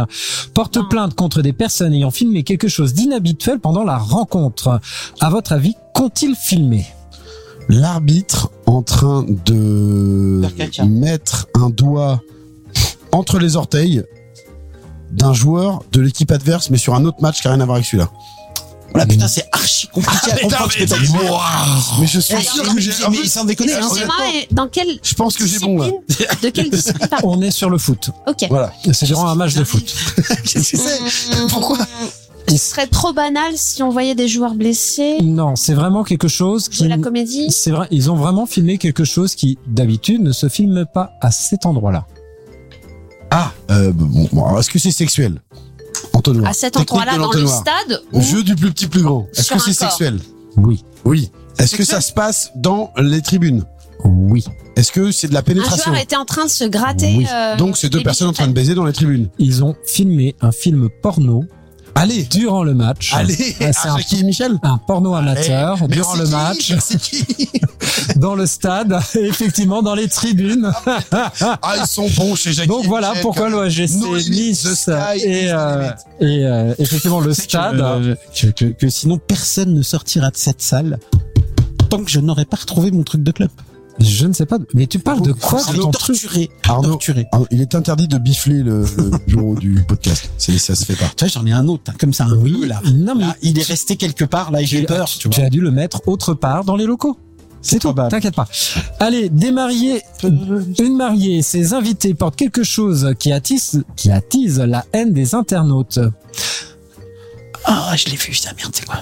Speaker 5: porte plainte contre des personnes ayant filmé quelque chose d'inhabituel pendant la rencontre. À votre avis, qu'ont-ils filmé
Speaker 4: L'arbitre en train de
Speaker 3: Faire caca.
Speaker 4: mettre un doigt entre les orteils d'un joueur de l'équipe adverse, mais sur un autre match qui n'a rien à voir avec celui-là.
Speaker 1: Voilà, putain, c'est archi compliqué à comprendre ce que t'as dit.
Speaker 4: Mais je suis
Speaker 2: Alors,
Speaker 4: sûr que j'ai. en
Speaker 1: Mais
Speaker 4: plus,
Speaker 1: sans déconner, hein.
Speaker 2: Excusez-moi, et dans quelle
Speaker 4: Je pense que j'ai bon là.
Speaker 2: discipline De quelle discipline pardon
Speaker 5: On est sur le foot.
Speaker 2: Ok.
Speaker 4: Voilà.
Speaker 5: C'est durant un match de foot.
Speaker 4: Qu'est-ce que c'est Pourquoi
Speaker 2: Ce serait trop banal si on voyait des joueurs blessés,
Speaker 5: Non, c'est vraiment quelque chose
Speaker 2: jouer
Speaker 5: qui
Speaker 4: Euh,
Speaker 2: la comédie.
Speaker 5: c'est vrai, ils ont vraiment filmé quelque chose qui d'habitude ne se filme pas à cet endroit-là.
Speaker 4: Ah euh, bon, bon, alors, Est-ce que c'est sexuel Entonnoir.
Speaker 2: À cet
Speaker 4: Technique de
Speaker 2: endroit-là, dans le
Speaker 4: l'entonnoir.
Speaker 2: stade, où-
Speaker 4: Jeu du plus petit plus grand. Est-ce
Speaker 2: Ah, Sur
Speaker 4: que
Speaker 2: un
Speaker 4: c'est
Speaker 2: corps.
Speaker 4: sexuel
Speaker 5: Oui.
Speaker 4: Oui. Est-ce que ça se passe dans les tribunes
Speaker 5: Oui.
Speaker 4: Est-ce que c'est de la
Speaker 2: un
Speaker 4: pénétration
Speaker 2: joueur était en train de se gratter.
Speaker 5: Oui.
Speaker 2: euh,
Speaker 4: Donc c'est deux
Speaker 2: les
Speaker 4: personnes en train de
Speaker 2: biceps.
Speaker 4: baiser dans les tribunes.
Speaker 5: Ils ont filmé un film porno
Speaker 4: Allez
Speaker 5: durant le match.
Speaker 4: Allez
Speaker 5: Ah, c'est
Speaker 4: Ah,
Speaker 5: un-
Speaker 4: Jackie et Michel Eh,
Speaker 5: Un porno amateur durant
Speaker 4: Merci
Speaker 5: le
Speaker 4: qui
Speaker 5: match.
Speaker 4: Merci qui
Speaker 5: dans le stade, et effectivement dans les tribunes.
Speaker 4: Ah, ils sont bons chez Jackie.
Speaker 5: Donc voilà pourquoi l'OGC
Speaker 4: No limit, the
Speaker 5: Nice
Speaker 4: sky is
Speaker 5: et,
Speaker 4: the
Speaker 5: euh,
Speaker 4: limit. euh,
Speaker 5: et euh, effectivement le stade.
Speaker 1: Euh, que, que- que sinon personne ne sortira de cette salle tant que je n'aurai pas retrouvé mon truc de club.
Speaker 5: Je ne sais pas. Mais tu parles de quoi
Speaker 1: C'est
Speaker 5: dans ton truc
Speaker 1: Ah, torturé,
Speaker 4: Arnaud.
Speaker 1: torturé.
Speaker 4: Ah, il est interdit de bifler le, le bureau du podcast. C'est, ça se fait pas.
Speaker 1: Tu vois, j'en ai un autre, hein, comme ça, un bleu, là.
Speaker 5: Non mais
Speaker 4: Ah.
Speaker 1: Là, il est resté quelque part, là, et j'ai
Speaker 5: tu-
Speaker 1: peur,
Speaker 5: tu-
Speaker 1: Ah, tu vois.
Speaker 5: tu as dû le mettre autre part dans les locaux. C'est tout,
Speaker 1: probable.
Speaker 5: t'inquiète pas. Allez, des mariés, une mariée, ses invités portent quelque chose qui attise, qui attise la haine des internautes.
Speaker 3: Ah, je l'ai vu, ça merde, c'est quoi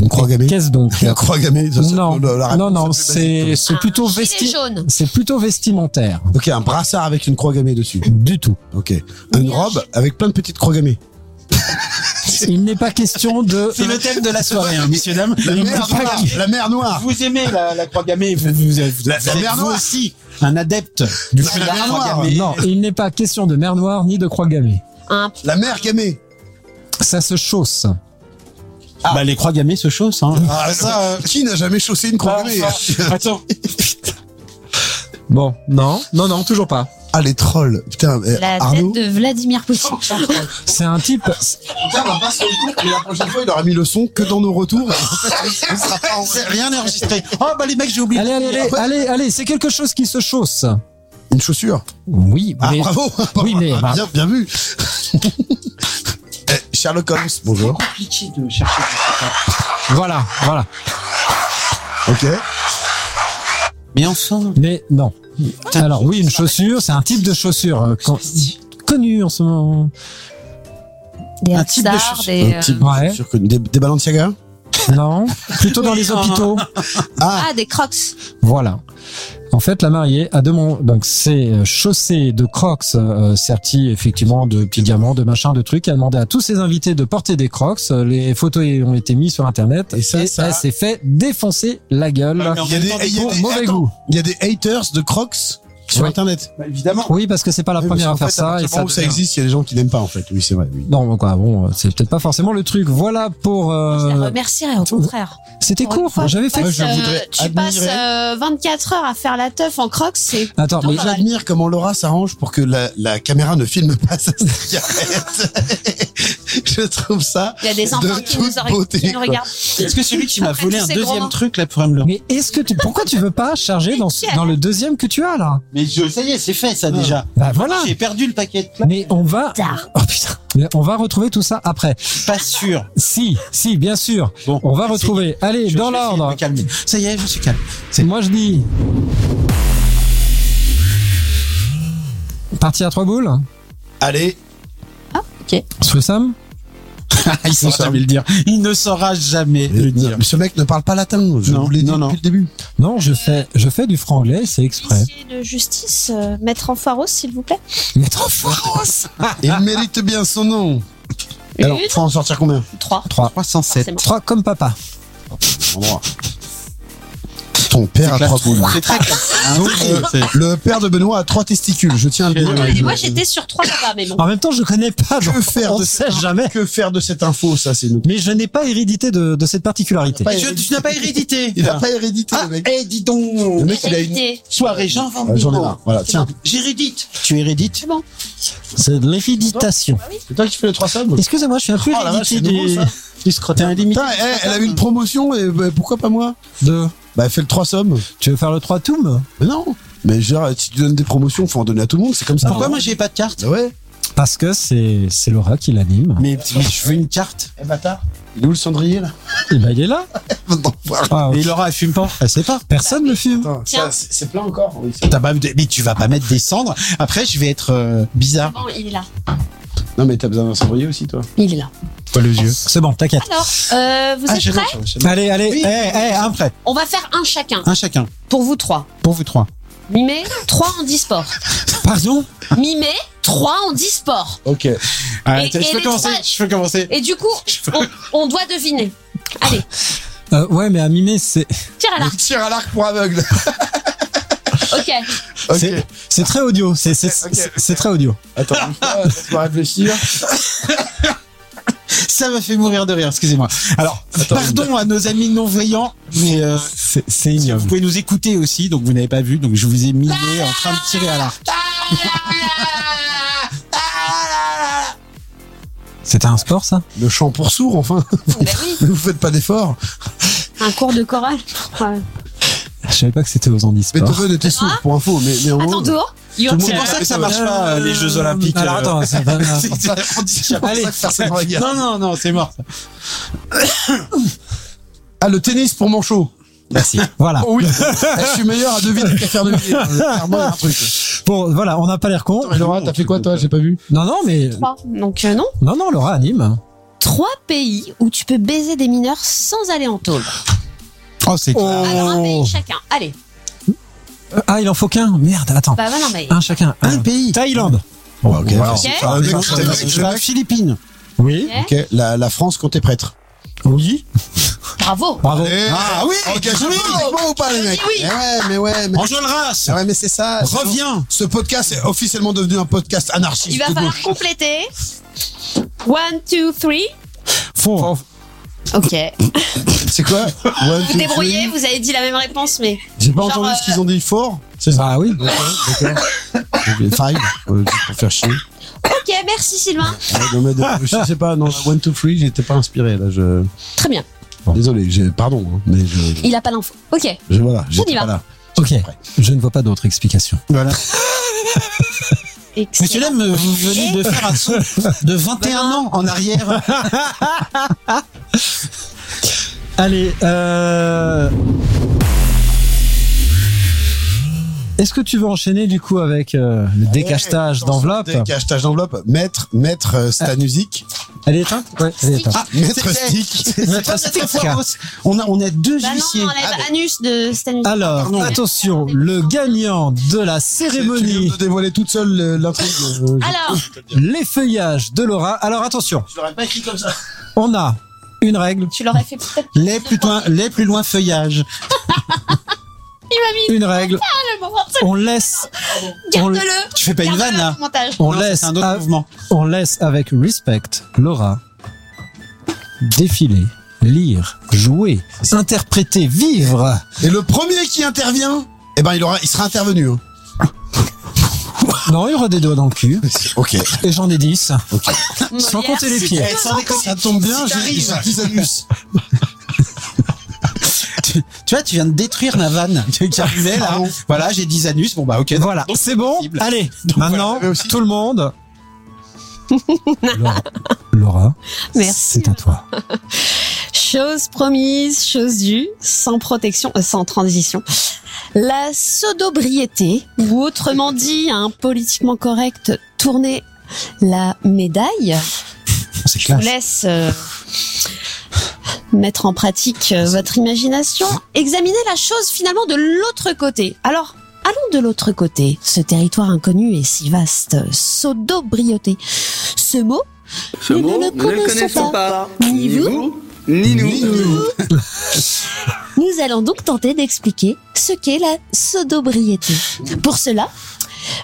Speaker 4: Une croix gammée.
Speaker 5: Qu'est-ce donc
Speaker 4: Une croix gammée. ça, c'est-
Speaker 5: Non,
Speaker 4: la- la
Speaker 5: non,
Speaker 4: réponse la
Speaker 5: non,
Speaker 4: plus basique.
Speaker 5: c'est c'est plutôt vesti,
Speaker 2: Ah, jaune.
Speaker 5: c'est plutôt vestimentaire,
Speaker 4: Ok, un brassard avec une croix gammée dessus.
Speaker 5: du tout.
Speaker 4: Ok. Une robe avec plein de petites croix gammées.
Speaker 5: Il n'est pas question de.
Speaker 1: C'est le thème de la soirée, hein, messieurs, dames.
Speaker 4: La
Speaker 1: Il
Speaker 4: mer
Speaker 1: faut pas
Speaker 4: noire.
Speaker 1: qu'il-
Speaker 4: La mer noire.
Speaker 1: Vous aimez la, la croix gammée, vous, vous, vous êtes-
Speaker 4: La- la
Speaker 1: vous êtes
Speaker 4: mer
Speaker 1: vous
Speaker 4: Noire.
Speaker 1: aussi un adepte du
Speaker 4: La
Speaker 1: film
Speaker 4: mer
Speaker 1: La Croix
Speaker 4: Noire.
Speaker 1: gammée.
Speaker 5: Non, il n'est pas question de mer noire ni de croix gammée.
Speaker 2: Un
Speaker 4: La mer gammée.
Speaker 5: Ça se chausse.
Speaker 1: Bah, les croix gammées se chaussent, hein.
Speaker 4: Ah, ça, qui n'a jamais chaussé une croix gammée
Speaker 1: Attends.
Speaker 5: Bon, non, non, non, toujours pas.
Speaker 4: Ah, les trolls. Putain, eh,
Speaker 2: La
Speaker 4: Arnaud. Oh,
Speaker 2: tête de Vladimir Poutine.
Speaker 5: C'est un type.
Speaker 4: Putain, on va pas se rendre compte, mais la prochaine fois, il aura mis le son que dans nos retours. On sera pas en-
Speaker 1: Rien n'est enregistré. Oh, bah, les mecs, j'ai oublié.
Speaker 5: Allez, allez, allez, allez, allez, c'est quelque chose qui se chausse.
Speaker 4: Une chaussure.
Speaker 5: Oui,
Speaker 4: Ah,
Speaker 5: mais
Speaker 4: bravo. Ah,
Speaker 5: Oui, mais-
Speaker 4: bien, bien vu. bah. Eh, Sherlock Holmes, bonjour.
Speaker 10: Compliqué de chercher.
Speaker 5: voilà, voilà.
Speaker 4: Ok.
Speaker 1: Mais enfin.
Speaker 5: Mais non. Alors oui, une chaussure, c'est un type de chaussure euh, con- connu en ce moment.
Speaker 2: Des
Speaker 1: Un type de
Speaker 2: Hatsar,
Speaker 1: chaussure.
Speaker 2: des.
Speaker 4: Un
Speaker 2: euh,
Speaker 4: type-
Speaker 5: Ouais.
Speaker 4: Sur que- des, des Balenciaga
Speaker 5: Non, plutôt dans les hôpitaux.
Speaker 2: Ah, des crocs.
Speaker 5: Voilà. En fait, la mariée a demandé donc c'est euh, chaussée de Crocs euh, serti effectivement de petits diamants, de machins, de trucs. Elle a demandé à tous ses invités de porter des Crocs. Euh, Les photos ont été mises sur internet et,
Speaker 4: Et ça, ça-
Speaker 5: elle s'est fait défoncer la gueule
Speaker 4: Il y a des, il y a
Speaker 5: pour
Speaker 4: des-
Speaker 5: mauvais
Speaker 4: attends,
Speaker 5: goût.
Speaker 4: Il y a des haters de Crocs sur
Speaker 5: Oui.
Speaker 4: Internet.
Speaker 1: Bah, évidemment.
Speaker 5: Oui, parce que c'est pas la
Speaker 4: Oui,
Speaker 5: première à
Speaker 4: parce qu'en
Speaker 5: faire
Speaker 4: fait,
Speaker 5: ça
Speaker 4: partir
Speaker 5: et
Speaker 4: du moment
Speaker 5: ça.
Speaker 4: où ça
Speaker 5: devient-
Speaker 4: existe, il y a des gens qui n'aiment pas, en fait. Oui, c'est vrai. oui.
Speaker 5: Non, quoi, bon, euh, c'est peut-être pas forcément le truc. Voilà pour.
Speaker 2: Je les
Speaker 5: Euh...
Speaker 2: remercierais au contraire.
Speaker 5: C'était
Speaker 2: Pour une
Speaker 5: court.
Speaker 2: fois,
Speaker 5: J'avais
Speaker 2: tu passes,
Speaker 5: fait.
Speaker 4: je
Speaker 2: euh,
Speaker 4: voudrais
Speaker 2: tu passes
Speaker 4: admirer-
Speaker 2: euh, 24 heures à faire la teuf en crocs, c'est
Speaker 5: Attends, mais
Speaker 2: pas mal.
Speaker 4: J'admire comment Laura s'arrange pour que la, la caméra ne filme pas sa cigarette. Je trouve ça.
Speaker 2: il y a des enfants
Speaker 4: De
Speaker 2: qui
Speaker 4: toute
Speaker 2: nous, auraient-
Speaker 4: beauté,
Speaker 2: qui nous
Speaker 4: quoi.
Speaker 2: regardent.
Speaker 1: Est-ce que celui qui m'a
Speaker 2: Après
Speaker 1: volé
Speaker 2: tous
Speaker 1: un
Speaker 2: ces
Speaker 1: deuxième
Speaker 2: grands-
Speaker 1: truc, là, pourrait me le.
Speaker 5: Mais est-ce que tu pourquoi tu veux pas charger dans ce- dans le deuxième que tu as là
Speaker 1: Mais je, ça y est, c'est fait, ça, déjà.
Speaker 5: Bah voilà.
Speaker 1: J'ai perdu le paquet de
Speaker 5: Mais on va
Speaker 2: Tard.
Speaker 5: oh putain, on va retrouver tout ça après.
Speaker 1: Pas sûr.
Speaker 5: Si, si, bien sûr.
Speaker 1: Bon.
Speaker 5: On va retrouver. Allez,
Speaker 1: Je
Speaker 5: dans
Speaker 1: vais essayer de
Speaker 5: l'ordre.
Speaker 1: me calmer. Ça y est, je suis calme. C'est-
Speaker 5: Moi je dis Parti à trois boules
Speaker 4: Allez,
Speaker 5: Sous Sam
Speaker 1: Il saura jamais le dire. Il ne saura jamais
Speaker 4: Euh,
Speaker 1: le
Speaker 4: non,
Speaker 1: dire.
Speaker 4: mais ce mec ne parle pas latin. Je
Speaker 1: Non,
Speaker 4: vous l'ai dit
Speaker 1: non, non.
Speaker 4: depuis le début.
Speaker 5: Non, je fais je fais du franglais, c'est exprès.
Speaker 2: Huissier de justice, euh, maître Enfoiros, s'il vous plaît.
Speaker 5: Mais trop fort
Speaker 4: Il mérite bien son nom. Alors,
Speaker 2: Une,
Speaker 4: faut en sortir combien
Speaker 2: 3.
Speaker 1: 307.
Speaker 2: Forcément.
Speaker 5: Trois comme papa.
Speaker 4: Ton père a
Speaker 1: classe.
Speaker 4: trois boules.
Speaker 1: C'est très classe. hein.
Speaker 4: Donc, euh, le père de Benoît a trois testicules. Je tiens à le dire.
Speaker 2: Et moi, j'étais sur 3 là-bas, mais bon.
Speaker 5: En même temps, je connais pas donc
Speaker 4: Que faire
Speaker 5: on
Speaker 4: de
Speaker 5: sait
Speaker 4: cette-
Speaker 5: jamais.
Speaker 4: Que faire de cette info Ça, c'est une.
Speaker 5: Mais je n'ai pas hérédité de, de cette particularité.
Speaker 4: Pas
Speaker 1: Je-
Speaker 4: hérédité.
Speaker 1: tu n'as pas hérédité.
Speaker 4: Il a pas hérédité,
Speaker 1: Ah,
Speaker 4: le mec.
Speaker 1: eh, dis donc.
Speaker 4: Le mec, il a une.
Speaker 2: Évitez.
Speaker 1: Soirée, j'invente.
Speaker 4: Ah, J'en ai
Speaker 1: des mots.
Speaker 4: marre. Voilà, tiens.
Speaker 1: J'hérédite. Tu hérédites
Speaker 2: C'est bon.
Speaker 5: C'est de l'héréditation.
Speaker 4: C'est toi qui fais le 300 ou-
Speaker 5: Excusez-moi, je suis un peu
Speaker 4: Oh la vache,
Speaker 5: hérédité
Speaker 4: c'est nouveau,
Speaker 5: du-
Speaker 4: ça.
Speaker 5: du
Speaker 1: Ah,
Speaker 5: scrotin illimité.
Speaker 4: Putain, eh, elle a eu une promotion et bah, pourquoi pas moi
Speaker 5: De...
Speaker 4: Bah fais le 3 sommes.
Speaker 5: Tu veux faire le 3 toum
Speaker 4: Mais non. Ah, Mais genre si tu donnes des promotions, faut en donner à tout le monde, c'est comme ça.
Speaker 1: Pourquoi moi j'ai pas de carte
Speaker 4: Bah ouais.
Speaker 5: Parce que c'est c'est Laura qui l'anime.
Speaker 1: mais, mais je veux une carte.
Speaker 4: Eh bâtard. Il est où le cendrier là
Speaker 5: Et ben il est là.
Speaker 4: Non, voilà.
Speaker 5: Ah,
Speaker 1: Et Laura elle fume pas.
Speaker 5: elle sait pas. Personne ne fume.
Speaker 4: Putain,
Speaker 2: Tiens.
Speaker 4: ça, C'est c'est plein encore. oui, c'est-
Speaker 1: T'as pas- mais tu vas pas mettre des cendres. Après je vais être euh, bizarre.
Speaker 2: Bon, il est là.
Speaker 4: Non mais t'as besoin d'un cendrier aussi toi.
Speaker 2: Il est là.
Speaker 1: Pas les yeux.
Speaker 5: C'est bon, t'inquiète.
Speaker 2: Alors, euh,
Speaker 4: Ah,
Speaker 2: vous
Speaker 1: Ah,
Speaker 2: êtes prêts
Speaker 5: Allez, allez.
Speaker 1: Oui.
Speaker 5: Eh, eh,
Speaker 1: un prêt.
Speaker 2: On va faire un chacun,
Speaker 1: Un chacun.
Speaker 2: pour vous trois.
Speaker 1: Pour vous trois.
Speaker 2: Mimé, 3 en disport.
Speaker 5: Pardon
Speaker 2: Mimé, 3 en disport.
Speaker 4: Ok.
Speaker 1: Ah,
Speaker 2: Et-
Speaker 1: tiens,
Speaker 2: et
Speaker 1: je peux
Speaker 2: les
Speaker 1: commencer.
Speaker 2: trois-
Speaker 1: Je peux commencer.
Speaker 2: Et du coup, on, on doit deviner. Allez,
Speaker 5: Euh, Ouais, mais à mimer, c'est
Speaker 2: tire à l'arc.
Speaker 4: Le tir à l'arc pour aveugle.
Speaker 2: Ok.
Speaker 4: Ok.
Speaker 5: C'est- c'est très audio. C'est c'est-
Speaker 4: Ok, ah,
Speaker 5: c'est- c'est très audio.
Speaker 4: Attends, on va réfléchir.
Speaker 1: Ça m'a fait mourir de rire, excusez-moi. Alors, pardon à nos amis non-voyants, mais euh,
Speaker 5: C'est
Speaker 1: vous pouvez nous écouter aussi, donc vous n'avez pas vu, donc je vous ai mis en train de tirer à l'arc. C'était un sport, ça
Speaker 4: Le chant pour sourds, enfin.
Speaker 2: Ah, bah
Speaker 4: Vous faites pas d'efforts.
Speaker 2: Un cours de chorale. Ouais.
Speaker 5: Je savais pas que c'était aux handisports.
Speaker 4: Beethoven était sourd, pour info, mais, mais en gros,
Speaker 2: Ah. Attends, oh. dehors
Speaker 4: Oh. tout le monde-
Speaker 1: C'est pour ça que ça marche pas, euh, les Jeux Olympiques.
Speaker 5: Alors attends, ça va.
Speaker 1: C'est- c'est la condition.
Speaker 4: pour ça
Speaker 1: Allez.
Speaker 4: que personne regarde.
Speaker 1: Non, non, non, c'est mort. ça.
Speaker 4: Ah, le tennis pour Manchot.
Speaker 5: Merci. Voilà.
Speaker 4: Oh oui. Je suis meilleur à deviner qu'à faire deviner. Euh, Clairement, il y a un truc.
Speaker 5: Bon, voilà, on n'a pas l'air con.
Speaker 4: Et Laura, t'as fait quoi, toi? J'ai pas vu.
Speaker 5: Non, non, mais
Speaker 2: Trois. Donc euh, non.
Speaker 5: non, non, Laura anime.
Speaker 2: Trois pays où tu peux baiser des mineurs sans aller en taule.
Speaker 1: Oh, c'est clair.
Speaker 2: Alors un pays chacun. Allez.
Speaker 5: Euh, Ah, il en faut qu'un. Merde, attends.
Speaker 2: Bah voilà, mais.
Speaker 5: Un Oh, chacun.
Speaker 1: Un
Speaker 5: Alors,
Speaker 1: pays.
Speaker 5: Thaïlande.
Speaker 4: Bon, ok.
Speaker 1: Wow.
Speaker 4: facile.
Speaker 2: Ok.
Speaker 4: Ah, mec, c'est-
Speaker 1: Je
Speaker 4: c'est-
Speaker 1: dirais Philippines.
Speaker 5: Oui.
Speaker 2: Ok.
Speaker 4: Ok, la, la France quand t'es prêtre.
Speaker 5: Oui.
Speaker 2: Bravo.
Speaker 5: Bravo.
Speaker 4: ah oui, oui, bon ou pas les mecs
Speaker 2: Oui.
Speaker 4: Mais Eh ouais, mais ouais, mais,
Speaker 1: Enjolras,
Speaker 4: Ah ouais, mais c'est ça.
Speaker 1: reviens.
Speaker 4: Ce podcast est officiellement devenu un podcast anarchiste.
Speaker 2: Il va
Speaker 4: de
Speaker 2: falloir
Speaker 4: gauche.
Speaker 2: compléter. One, two, three.
Speaker 1: Fond.
Speaker 2: Ok.
Speaker 4: C'est quoi One,
Speaker 2: Vous
Speaker 4: two,
Speaker 2: débrouillez,
Speaker 4: three.
Speaker 2: vous avez dit la même réponse, mais.
Speaker 4: J'ai pas
Speaker 2: Genre,
Speaker 4: entendu
Speaker 2: euh,
Speaker 4: ce qu'ils ont dit fort.
Speaker 5: C'est ça. Ah oui.
Speaker 4: Five, euh, juste pour faire chier.
Speaker 2: Ok, merci Sylvain.
Speaker 4: Ouais, non, mais de- je sais pas, non, la one, two, three, j'étais pas inspiré là. Je...
Speaker 2: Très bien.
Speaker 4: Désolé, j'ai- pardon, hein, mais je,
Speaker 2: Il a pas l'info. Ok.
Speaker 4: je voilà,
Speaker 2: y
Speaker 4: j'étais
Speaker 2: va.
Speaker 4: pas là.
Speaker 5: Ok. Je ne vois pas d'autres explications.
Speaker 1: Voilà. Monsieur
Speaker 2: Excellent.
Speaker 1: Lem, euh, vous venez de faire un saut de 21 ans en arrière.
Speaker 5: Allez. Euh... Est-ce que tu veux enchaîner du coup avec euh, le
Speaker 2: Eh,
Speaker 5: décachetage d'enveloppe
Speaker 4: Décachetage d'enveloppe. Maître, maître euh, Stanusic.
Speaker 5: Elle est éteinte Ouais, elle est éteinte.
Speaker 1: Ah,
Speaker 4: Maître
Speaker 1: c'était-
Speaker 4: Stick.
Speaker 1: c'est
Speaker 5: Maître
Speaker 1: pas
Speaker 5: Stick.
Speaker 1: notre Foros. On a, on a deux
Speaker 2: Bah non,
Speaker 1: huissiers.
Speaker 2: on enlève Anus de Stanley.
Speaker 5: Alors,
Speaker 1: Pardon.
Speaker 5: attention, le gagnant de la
Speaker 4: Tu viens
Speaker 5: cérémonie,
Speaker 4: de dévoiler toute seule euh, l'intrigue. euh,
Speaker 1: Ah.
Speaker 2: Alors,
Speaker 5: l'effeuillage de Laura. Alors attention,
Speaker 10: Je l'aurais pas écrit comme ça.
Speaker 5: on a une règle,
Speaker 2: tu l'aurais fait peut-être
Speaker 1: Les plus loin, les plus loin feuillage.
Speaker 5: une règle,
Speaker 2: le moment.
Speaker 5: on laisse, on,
Speaker 2: Garde-le.
Speaker 1: Tu fais pas une vanne
Speaker 4: hein.
Speaker 1: là.
Speaker 2: au montage.
Speaker 5: on
Speaker 1: Non,
Speaker 5: laisse,
Speaker 1: C'est un autre
Speaker 5: av-
Speaker 1: mouvement.
Speaker 5: on laisse avec respect Laura défiler, lire, jouer, interpréter, vivre.
Speaker 4: Et le premier qui intervient, eh ben il aura, il sera intervenu. hein.
Speaker 5: Non, il y aura des doigts dans le cul,
Speaker 4: Ok.
Speaker 5: et j'en ai dix, sans
Speaker 2: Molière.
Speaker 5: compter les pieds.
Speaker 1: Ça tombe bien. j'ai- j'ai-
Speaker 4: Ils anus.
Speaker 1: Tu tu vois, tu viens de détruire ma vanne qui arrivait
Speaker 5: Ah
Speaker 1: là. Voilà, j'ai 10 anus. Bon bah ok.
Speaker 5: Voilà,
Speaker 1: Donc,
Speaker 5: c'est bon.
Speaker 1: possible.
Speaker 5: Allez,
Speaker 1: voilà,
Speaker 5: maintenant,
Speaker 1: mais aussi-
Speaker 5: tout le monde. Laura, Laura,
Speaker 2: Merci.
Speaker 5: c'est à toi.
Speaker 2: Chose promise, chose due, sans protection, euh, sans transition. La sodobriété, ou autrement dit, un politiquement correct tourner la médaille,
Speaker 1: C'est
Speaker 2: vous
Speaker 1: classe.
Speaker 2: laisse euh, mettre en pratique euh, votre imagination. Examinez la chose finalement de l'autre côté. Alors, allons de l'autre côté. Ce territoire inconnu est si vaste. Sodobriété. Ce mot, nous ne le connaissons pas. Ni vous,
Speaker 7: ni nous.
Speaker 2: Nous allons donc tenter d'expliquer ce qu'est la sodobriété. Pour cela,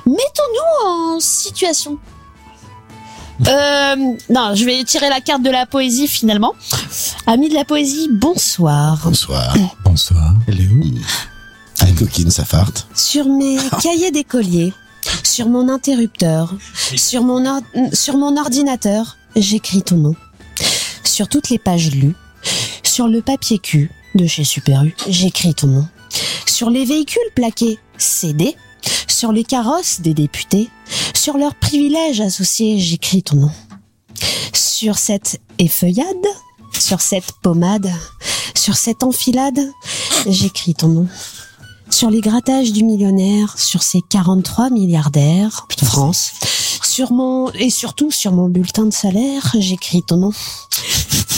Speaker 2: mettons-nous en situation. Euh, non, je vais tirer la carte de la poésie finalement. Amis de la poésie, bonsoir.
Speaker 4: Bonsoir.
Speaker 5: Bonsoir.
Speaker 4: Elle est où Elle coquine, ça farte.
Speaker 2: Sur mes cahiers d'écolier, sur mon interrupteur, sur mon, or- sur mon ordinateur, j'écris ton nom. Sur toutes les pages lues, sur le papier cul de chez Super U, j'écris ton nom. Sur les véhicules plaqués CD, sur les carrosses des députés, sur leurs privilèges associés, j'écris ton nom. Sur cette effeuillade, sur cette pommade, sur cette enfilade, j'écris ton nom sur les grattages du millionnaire, sur ses 43 milliardaires, France, sur mon, et surtout sur mon bulletin de salaire, j'écris ton nom.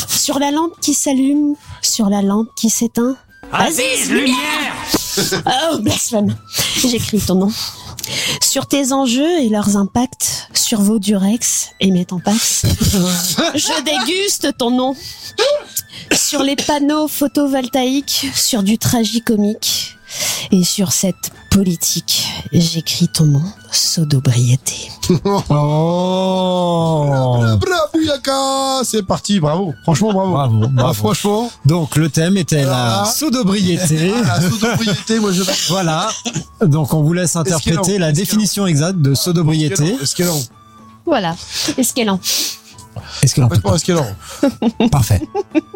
Speaker 2: sur la lampe qui s'allume, sur la lampe qui s'éteint. Aziz, lumière! oh, blasphème. J'écris ton nom. Sur tes enjeux et leurs impacts, sur vos durex et mes tampax. Je déguste ton nom. Sur les panneaux photovoltaïques, sur du tragicomique, et sur cette politique, j'écris ton nom, sodobriété.
Speaker 4: Oh Bravo Yaka C'est parti, bravo. Franchement, bravo.
Speaker 5: Bravo, bravo.
Speaker 4: Ah, franchement.
Speaker 5: Donc le thème était la
Speaker 4: Ah.
Speaker 5: sodobriété.
Speaker 4: Ah, la sobriété, moi je vais.
Speaker 5: Voilà. Donc on vous laisse
Speaker 4: qu'il y a
Speaker 5: interpréter
Speaker 4: long
Speaker 5: la
Speaker 4: Est-ce qu'il y a
Speaker 5: définition exacte de sodobriété.
Speaker 4: Est-ce qu'elle est en
Speaker 2: Voilà. Est-ce qu'elle en
Speaker 5: Est-ce que l'on peut
Speaker 4: Franchement, est-ce qu'elle est en
Speaker 5: Parfait.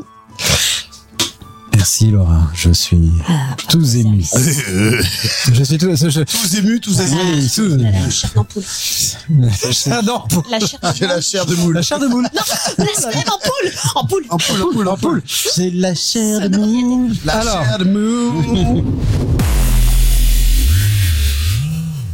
Speaker 5: Merci Laura, je suis
Speaker 4: Ah,
Speaker 5: tous ému.
Speaker 4: Euh.
Speaker 5: je suis tous je,
Speaker 4: Tous émus, bah, tous assis.
Speaker 2: Elle a la chair d'ampoule.
Speaker 5: je- Ah non, pour-
Speaker 2: La chair
Speaker 4: J'ai la chair de moule.
Speaker 5: la chair de moule.
Speaker 2: La chair d'ampoule Ah, En poule
Speaker 4: En poule, en poule, en poule.
Speaker 5: C'est la chair de moule.
Speaker 4: La
Speaker 5: Alors,
Speaker 4: chair de moule.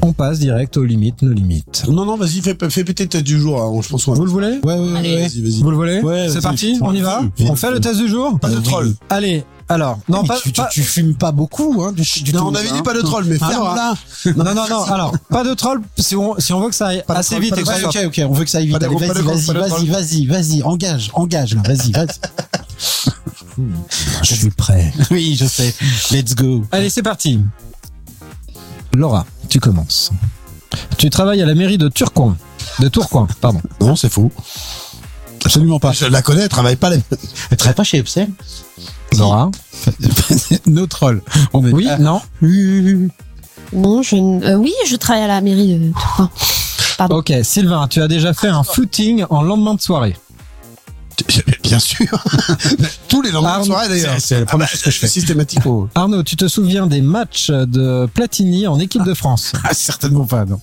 Speaker 5: on passe direct aux limites, nos limites.
Speaker 4: Non, non, vas-y, fais, fais péter tête du jour. hein, je pense qu'on va-
Speaker 5: Vous le voulez
Speaker 4: Ouais, ouais, ouais. Vas-y, vas-y.
Speaker 5: Vous le voulez
Speaker 1: Ouais,
Speaker 5: C'est
Speaker 1: vas-y.
Speaker 5: parti, on y va
Speaker 1: Vas-y.
Speaker 5: On fait le test du jour
Speaker 4: Pas de troll.
Speaker 5: Allez, alors, non, pas, pas-
Speaker 1: fumes pas beaucoup, hein, du, du
Speaker 4: Non, on avait dit pas de troll, mais ferme là.
Speaker 5: non, non, non, alors, pas de troll, si on, si on veut que ça aille
Speaker 4: de
Speaker 5: assez
Speaker 4: troll,
Speaker 5: vite
Speaker 4: pas
Speaker 5: et que ça
Speaker 1: Ouais,
Speaker 5: soit
Speaker 1: ok, ok, on veut que ça aille vite.
Speaker 4: Pas de
Speaker 1: Allez,
Speaker 4: gros, pas de
Speaker 1: Vas-y,
Speaker 4: gros, pas de
Speaker 1: vas-y, vas-y,
Speaker 4: gros.
Speaker 1: vas-y, vas-y, engage, engage là, vas-y, vas-y.
Speaker 5: Je suis prêt.
Speaker 1: oui, je sais. Let's go.
Speaker 5: Allez, c'est parti. Laura, tu commences. Tu travailles à la mairie de Turcoing. De Tourcoing, pardon.
Speaker 4: Non, c'est faux.
Speaker 1: Absolument pas.
Speaker 4: Je la connais, elle travaille pas les.
Speaker 1: Elle travaille pas chez Epsom.
Speaker 5: Laura.
Speaker 1: no troll. On est-
Speaker 5: Oui,
Speaker 1: Ah,
Speaker 5: non.
Speaker 2: Non, je. ne- euh, oui, je travaille à la mairie euh, de. Tourcoing.
Speaker 5: Ok, Sylvain, tu as déjà fait un footing en lendemain de soirée.
Speaker 4: Bien sûr. Tous les lendemains de
Speaker 5: Arme.
Speaker 4: soirée d'ailleurs. Ah,
Speaker 1: C'est- c'est la première chose que je fais.
Speaker 4: Systématiquement.
Speaker 5: Arnaud, tu te souviens des matchs de Platini en équipe de France
Speaker 1: Ah, certainement pas, non.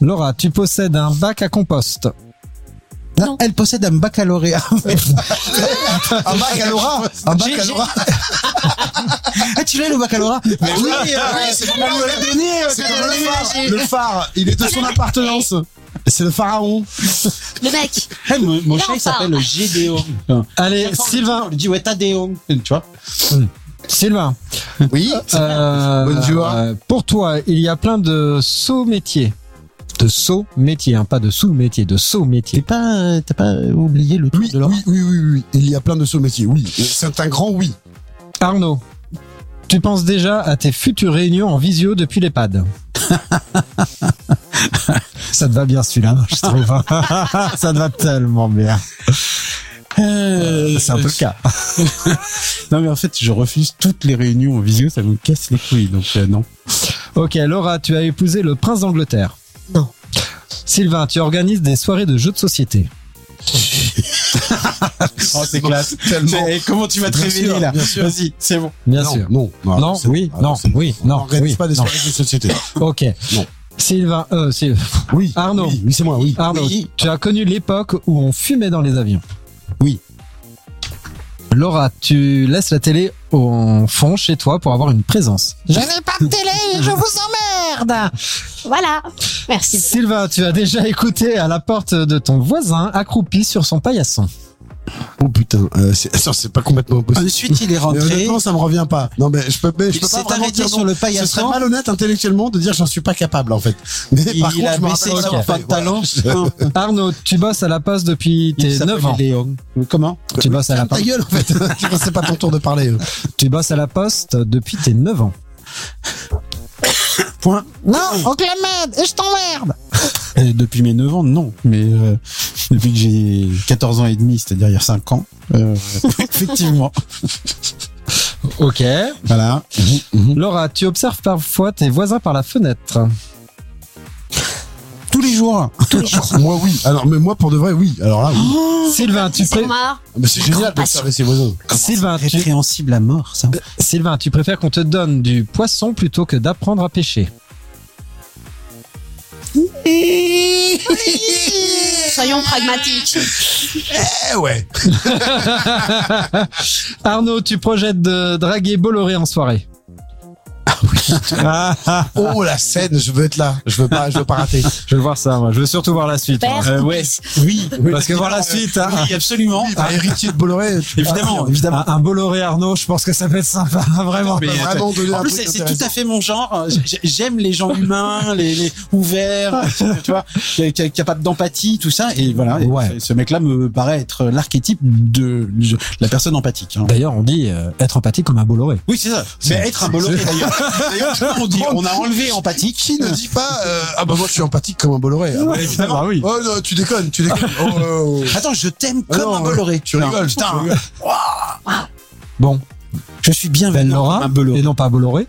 Speaker 5: Laura, tu possèdes un bac à compost.
Speaker 1: Non, Elle possède un baccalauréat.
Speaker 4: Un baccalaurat. Un baccalaurat.
Speaker 1: ah, tu l'as le baccalauréat
Speaker 4: Mais Ah oui, euh, c'est comme nous l'avait donné. C'est comme le phare. Le phare, il est de son appartenance. C'est le pharaon.
Speaker 2: Le mec
Speaker 1: Eh, Mon, mon
Speaker 2: Là,
Speaker 1: chat,
Speaker 2: on
Speaker 1: il s'appelle Gédéon.
Speaker 5: Allez,
Speaker 1: Sylvain, on lui dit, ouais, t'as Déon. Tu vois
Speaker 5: Sylvain.
Speaker 4: Oui.
Speaker 5: euh,
Speaker 4: Bonjour.
Speaker 5: euh, pour toi, il y a plein de sauts métiers. De sauts métiers, hein, pas de sous-métiers, de sauts métiers.
Speaker 1: T'es pas, euh, t'as pas oublié le truc
Speaker 4: Oui,
Speaker 1: de l'or
Speaker 4: oui, oui, oui, oui. Il y a plein de sous métiers. Oui. euh, C'est un grand oui.
Speaker 5: Arnaud, tu penses déjà à tes futures réunions en visio depuis l'EHPAD Ça te va bien celui-là, je trouve. Ça te va tellement bien.
Speaker 1: Euh,
Speaker 5: C'est un peu le cas.
Speaker 1: Non, mais en fait, je refuse toutes les réunions en visio, ça me casse les couilles, donc euh, non.
Speaker 5: Ok, Laura, tu as épousé le prince d'Angleterre.
Speaker 2: Non.
Speaker 5: Sylvain, tu organises des soirées de jeux de société.
Speaker 1: Oh, c'est classe.
Speaker 4: Tellement.
Speaker 1: Eh, Comment tu vas te
Speaker 4: Bien sûr,
Speaker 1: révéler là
Speaker 4: bien sûr.
Speaker 1: Vas-y, c'est bon.
Speaker 5: Bien
Speaker 4: non,
Speaker 5: sûr.
Speaker 4: Non,
Speaker 5: Non,
Speaker 4: c'est-
Speaker 5: oui,
Speaker 4: ah,
Speaker 5: non,
Speaker 4: c'est-
Speaker 5: oui,
Speaker 4: on
Speaker 5: non,
Speaker 4: n'organise
Speaker 5: oui,
Speaker 4: pas des
Speaker 5: non.
Speaker 4: soirées de société.
Speaker 5: Ok.
Speaker 4: Non.
Speaker 5: Sylvain, euh, Syl-
Speaker 4: Oui.
Speaker 5: Arnaud.
Speaker 4: Oui, oui, c'est moi, oui.
Speaker 5: Arnaud,
Speaker 4: Oui.
Speaker 5: tu as connu l'époque où on fumait dans les avions.
Speaker 4: Oui.
Speaker 5: Laura, tu laisses la télé au fond chez toi pour avoir une présence.
Speaker 2: Je n'ai pas de télé, je vous emmerde Voilà Merci.
Speaker 5: Sylvain, tu as déjà écouté à la porte de ton voisin accroupi sur son paillasson.
Speaker 4: Oh putain, euh, c'est ça, c'est pas complètement impossible.
Speaker 1: Ensuite, il est
Speaker 4: Mais
Speaker 1: rentré.
Speaker 4: honnêtement, ça me revient pas. Non, mais je peux, mais je
Speaker 1: Il
Speaker 4: peux pas
Speaker 1: s'est
Speaker 4: vraiment
Speaker 1: arrêté
Speaker 4: dire
Speaker 1: sur
Speaker 4: non.
Speaker 1: le
Speaker 4: Ce serait
Speaker 1: paillasson.
Speaker 4: malhonnête intellectuellement de dire j'en suis pas capable en fait. Mais
Speaker 1: Il,
Speaker 4: par contre,
Speaker 1: a
Speaker 4: je me
Speaker 1: baissé
Speaker 4: rappelle
Speaker 1: son
Speaker 4: avoir fait, voilà.
Speaker 1: pantalon.
Speaker 5: Arnaud, tu bosses à la poste depuis
Speaker 1: Il
Speaker 5: tes
Speaker 1: s'appelle
Speaker 5: 9 ans.
Speaker 1: Léon. Comment
Speaker 5: Tu bosses à la
Speaker 4: Ta
Speaker 5: poste.
Speaker 4: gueule en fait. c'est pas ton tour de parler. euh.
Speaker 5: Tu bosses à la poste depuis tes 9 ans.
Speaker 1: Point.
Speaker 5: Non,
Speaker 2: Donc la merde, je t'emmerde
Speaker 1: Euh, depuis mes 9 ans, non. Mais euh, depuis que j'ai 14 ans et demi, c'est-à-dire il y a 5 ans, euh, effectivement.
Speaker 5: Ok.
Speaker 1: Voilà.
Speaker 5: Laura, tu observes parfois tes voisins par la fenêtre.
Speaker 1: Tous les jours.
Speaker 4: moi oui. Alors, mais moi pour de vrai, oui. Alors là,
Speaker 1: Oh,
Speaker 4: oui. Ah,
Speaker 5: Sylvain, tu pré-
Speaker 2: C'est marre
Speaker 4: Mais c'est génial d'observer ses voisins.
Speaker 5: Sylvain, tu-
Speaker 1: Répréhensible à mort, ça.
Speaker 5: Sylvain, tu préfères qu'on te donne du poisson plutôt que d'apprendre à pêcher.
Speaker 2: Soyons pragmatiques
Speaker 4: Eh ouais.
Speaker 5: Arnaud, tu projettes de draguer Bolloré en soirée. Ah oui.
Speaker 4: Oh la scène, je veux être là. Je veux pas, je veux pas rater.
Speaker 5: je veux voir ça, moi. Je veux surtout voir la suite.
Speaker 2: Père.
Speaker 5: Euh, ouais.
Speaker 1: Oui. Ah,
Speaker 5: Parce que voir la suite, hein. Ah,
Speaker 1: Oui, absolument.
Speaker 4: Un héritier de Bolloré.
Speaker 1: Évidemment, évidemment.
Speaker 5: Un, un Bolloré Arnaud, je pense que ça peut être sympa, vraiment.
Speaker 1: Mais-
Speaker 4: Vraiment donner
Speaker 1: En
Speaker 4: un
Speaker 1: plus,
Speaker 4: truc
Speaker 1: c'est c'est
Speaker 4: Ah, intéressant.
Speaker 1: tout à fait mon genre. Euh, J'ai- J'aime les gens humains, les, les ouverts, euh, tu vois, qui, qui, qui a pas d'empathie, tout ça. Et voilà. Et
Speaker 5: Ouais.
Speaker 1: ce- Ce mec-là me paraît être l'archétype de, de la personne empathique. hein.
Speaker 5: D'ailleurs, on dit euh, être empathique comme un Bolloré.
Speaker 1: Oui, c'est ça. Mais être un Bolloré, d'ailleurs. D'ailleurs, tout le monde dit, on a enlevé empathique.
Speaker 4: Qui ne dit pas euh, Ah bah moi je suis empathique comme un Bolloré. Ah, bah,
Speaker 1: Ouais,
Speaker 4: évidemment.
Speaker 1: bah oui.
Speaker 4: Oh non, tu déconnes, tu déconnes. Oh, oh, oh.
Speaker 1: Attends, je t'aime
Speaker 4: Ah
Speaker 1: comme
Speaker 4: non,
Speaker 1: un Bolloré.
Speaker 4: Tu rigoles,
Speaker 1: Putain.
Speaker 4: tu rigoles.
Speaker 5: Bon,
Speaker 1: Je suis bien
Speaker 5: belle
Speaker 1: comme
Speaker 5: Laura,
Speaker 1: un Bolloré.
Speaker 5: et non pas Bolloré,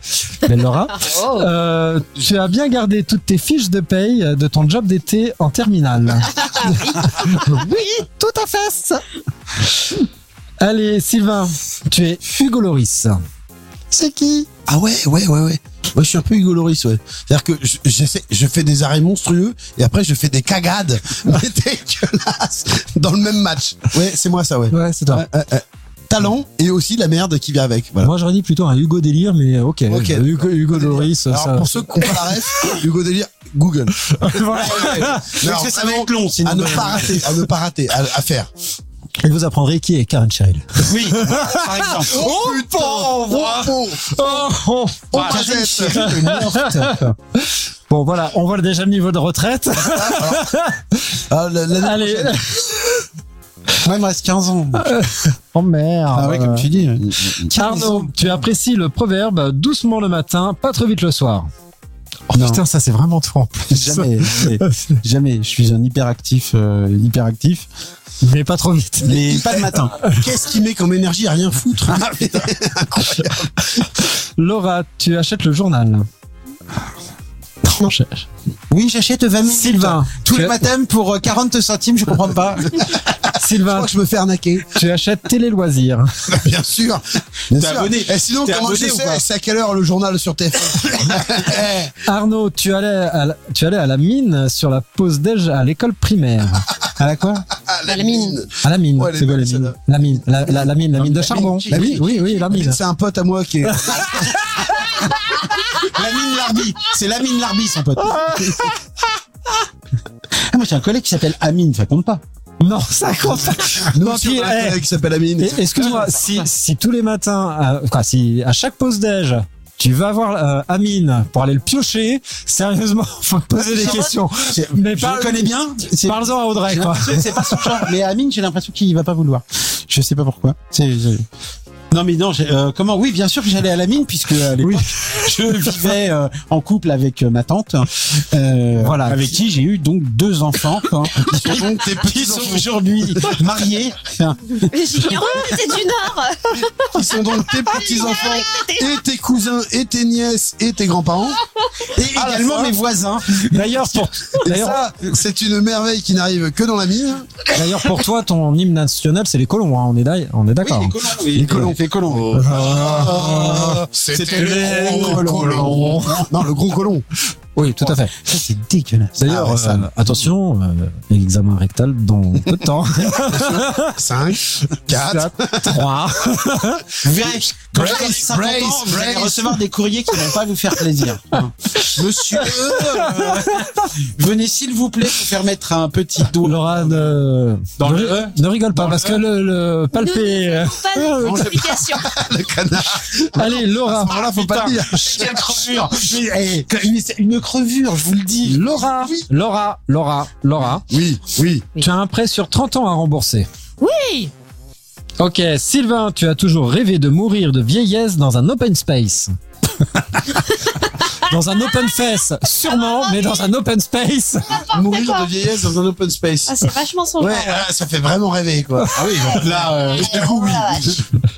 Speaker 5: belle Laura.
Speaker 2: Oh.
Speaker 5: Euh, tu as bien gardé toutes tes fiches de paye de ton job d'été en terminale. oui, tout à fait. ça. Allez, Sylvain, tu es Hugo Loris.
Speaker 4: C'est qui Ah ouais, ouais, ouais, ouais. Moi, je suis un peu Hugo Loris, ouais. C'est-à-dire que je- j'essaie, je fais des arrêts monstrueux et après je fais des cagades mais dégueulasses dans le même match. Ouais, c'est moi ça, ouais.
Speaker 5: Ouais, c'est toi.
Speaker 4: Ouais, ouais, ouais. Talent et aussi la merde qui vient avec. Voilà.
Speaker 5: Moi, j'aurais dit plutôt un Hugo délire, mais ok.
Speaker 4: Ok.
Speaker 5: Hugo, Hugo Loris,
Speaker 4: Alors
Speaker 5: ça.
Speaker 4: pour ceux qui n'ont pas la ref, Hugo Délire, Google.
Speaker 5: Voilà.
Speaker 4: Alors,
Speaker 1: ça va être long, sinon.
Speaker 4: à ne pas rater, à ne pas rater, à, à faire.
Speaker 5: Et vous apprendrez qui est Karen Cheryl.
Speaker 1: Oui, par exemple.
Speaker 4: Oh, putain, oh,
Speaker 5: Oh,
Speaker 4: oh, Mazette.
Speaker 5: Bon, voilà, on voit déjà le niveau de retraite.
Speaker 4: Ah, la- la-
Speaker 5: Allez,
Speaker 1: Moi, il me reste 15 ans.
Speaker 5: oh merde.
Speaker 1: Ah ouais, comme tu dis.
Speaker 5: Arnaud, tu apprécies le proverbe doucement le matin, pas trop vite le soir. Oh
Speaker 1: Non.
Speaker 5: putain, ça c'est vraiment trop en plus.
Speaker 1: Jamais, jamais, jamais. Je suis un hyperactif, euh, hyperactif,
Speaker 5: Mais pas trop vite.
Speaker 1: mais pas le matin.
Speaker 4: Qu'est-ce qu'il met comme énergie à rien foutre
Speaker 5: Laura, tu achètes le journal. Non, je-
Speaker 1: Oui, j'achète 20 minutes.
Speaker 5: Sylvain,
Speaker 1: Tous
Speaker 5: tu,
Speaker 1: les matins pour euh, 40 centimes, je comprends pas.
Speaker 5: Sylvain,
Speaker 4: Je me fais arnaquer.
Speaker 5: tu achètes Télé Loisirs.
Speaker 4: Bien sûr.
Speaker 1: Ah, T'es
Speaker 4: Bien sûr.
Speaker 1: abonné.
Speaker 4: Et sinon,
Speaker 1: T'es
Speaker 4: comment
Speaker 1: abonné
Speaker 4: je
Speaker 1: ou
Speaker 4: sais
Speaker 1: pas
Speaker 4: C'est à quelle heure le journal sur TF1
Speaker 5: Arnaud, tu allais, à la, tu allais à la mine sur la pause déj à l'école primaire. À la quoi
Speaker 4: Ah,
Speaker 2: À la mine.
Speaker 5: À la mine.
Speaker 4: Ouais, elle est
Speaker 5: c'est quoi
Speaker 4: belle, celle-là.
Speaker 5: la mine La mine, la, la- la mine, la mine de
Speaker 4: La
Speaker 5: charbon.
Speaker 4: mine.
Speaker 5: oui, oui, oui, la mine.
Speaker 4: C'est un pote à moi qui est.
Speaker 1: Lamine Larbi. C'est Lamine Larbi, son pote. Ah, moi, j'ai un collègue qui s'appelle Amine, ça compte pas.
Speaker 5: Non, ça compte pas.
Speaker 4: Nous
Speaker 5: Non,
Speaker 4: aussi,
Speaker 5: puis,
Speaker 4: on a un
Speaker 5: eh,
Speaker 4: collègue qui s'appelle Amine.
Speaker 5: Et- Excuse-moi, si, si tous les matins, à, enfin, si à chaque pause déj, tu vas voir euh, Amine pour aller le piocher, sérieusement, faut te poser des questions. Mais
Speaker 1: je
Speaker 5: parle-
Speaker 1: le connais bien. C'est
Speaker 5: Parle-en à Audrey,
Speaker 1: j'ai
Speaker 5: quoi.
Speaker 1: l'impression que c'est pas son genre. Mais Amine, j'ai l'impression qu'il va pas vouloir. Je sais pas pourquoi. C'est- je- Non mais non, j'ai- euh, comment Oui, bien sûr que j'allais à la mine puisque à l'époque, je vivais euh, en couple avec euh, ma tante, euh,
Speaker 5: Voilà.
Speaker 1: avec qui j'ai eu donc deux enfants, hein, qui sont donc tes petits sont aujourd'hui mariés. Hein. Enfin,
Speaker 2: Oh, Mais j'ignorais que t'étais du Nord.
Speaker 4: Qui sont donc tes
Speaker 5: Ah,
Speaker 4: petits-enfants, et tes cousins, et tes nièces, et tes grands-parents.
Speaker 1: Et
Speaker 4: À la
Speaker 1: également
Speaker 4: fois.
Speaker 1: mes voisins.
Speaker 5: D'ailleurs, pour,
Speaker 4: Et
Speaker 5: Ah, d'ailleurs,
Speaker 4: ça, c'est une merveille qui n'arrive que dans la mine.
Speaker 5: d'ailleurs, pour toi, ton hymne national, c'est les colons, hein, on est, d'ail- on est d'accord. hein.
Speaker 1: les colons, les colons.
Speaker 4: Ah, C'était le gros colon. Non, le gros colon.
Speaker 5: Oui, tout à fait.
Speaker 1: Ça c'est dégueulasse.
Speaker 5: D'ailleurs,
Speaker 4: Ah ouais, ça-
Speaker 5: euh, attention, euh, l'examen rectal dans peu de temps.
Speaker 4: 5, 4,
Speaker 5: 3.
Speaker 1: Bref, quand vous
Speaker 4: Brace,
Speaker 1: avez 50
Speaker 4: brace,
Speaker 1: ans, vous allez
Speaker 4: brace.
Speaker 1: recevoir des courriers qui vont pas vous faire plaisir. hein. Monsieur, euh, venez s'il vous plaît vous faire mettre un petit doigt.
Speaker 5: Laura, ne,
Speaker 1: Dans
Speaker 5: ne,
Speaker 1: le E.
Speaker 5: ne rigole pas,
Speaker 1: Dans
Speaker 5: parce
Speaker 1: le
Speaker 5: que le, le palpé, euh,
Speaker 2: Pas d'explication.
Speaker 4: le canard.
Speaker 5: allez, Laura.
Speaker 4: Alors là, Ah, faut pas le dire. eh,
Speaker 1: Quelle crevure Mais, hey, mais c'est une crevure, je vous le dis.
Speaker 5: Laura,
Speaker 4: Oui.
Speaker 5: Laura, Laura, Laura,
Speaker 4: Oui, oui.
Speaker 5: tu as un prêt sur 30 ans à rembourser.
Speaker 2: Oui.
Speaker 5: Ok, Sylvain, tu as toujours rêvé de mourir de vieillesse dans un open space. dans un open face,
Speaker 2: Ah,
Speaker 5: sûrement, mais dans un open space.
Speaker 4: Mourir de vieillesse dans un open space.
Speaker 2: Ah, c'est Ah, vachement son
Speaker 4: Ouais,
Speaker 2: genre.
Speaker 4: ah, ça fait vraiment rêver, quoi. Ah oui, là, euh, du coup, oui.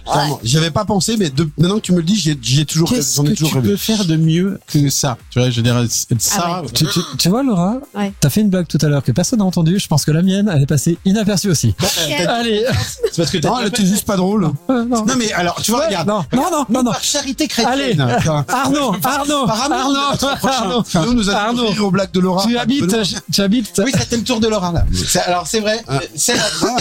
Speaker 4: Vraiment, J'avais pas pensé, mais de- maintenant que tu me le dis, j'ai j'ai toujours, rêvé,
Speaker 1: Qu'est-ce
Speaker 4: j'en
Speaker 1: que
Speaker 4: ai
Speaker 1: tu
Speaker 4: toujours
Speaker 1: peux
Speaker 4: rêvé.
Speaker 1: faire de mieux que ça Tu vois, je dirais ça.
Speaker 2: Ah ouais.
Speaker 5: Tu, tu- tu vois, Laura,
Speaker 2: Ouais.
Speaker 5: t'as fait une blague tout à l'heure que personne n'a entendue. Je pense que la mienne, elle est passée inaperçue aussi. Allez,
Speaker 1: C'est parce que t'as
Speaker 4: Non, elle était juste pas drôle.
Speaker 5: euh, non.
Speaker 1: Non mais alors, tu vois,
Speaker 5: Ouais,
Speaker 1: regarde.
Speaker 5: non, non, non, non, non.
Speaker 1: Par charité
Speaker 5: Allez,
Speaker 1: chrétienne.
Speaker 5: Arnaud, Arnaud,
Speaker 1: Par amour de
Speaker 5: Arnaud,
Speaker 1: notre prochain.
Speaker 5: Arnaud,
Speaker 4: Nous, nous allons
Speaker 5: Arnaud,
Speaker 4: rire aux blagues de Laura.
Speaker 5: tu habites, tu habites.
Speaker 1: Oui, c'était le tour de Laura là. C'est- Alors c'est vrai,
Speaker 4: Ah.
Speaker 1: c'est la fin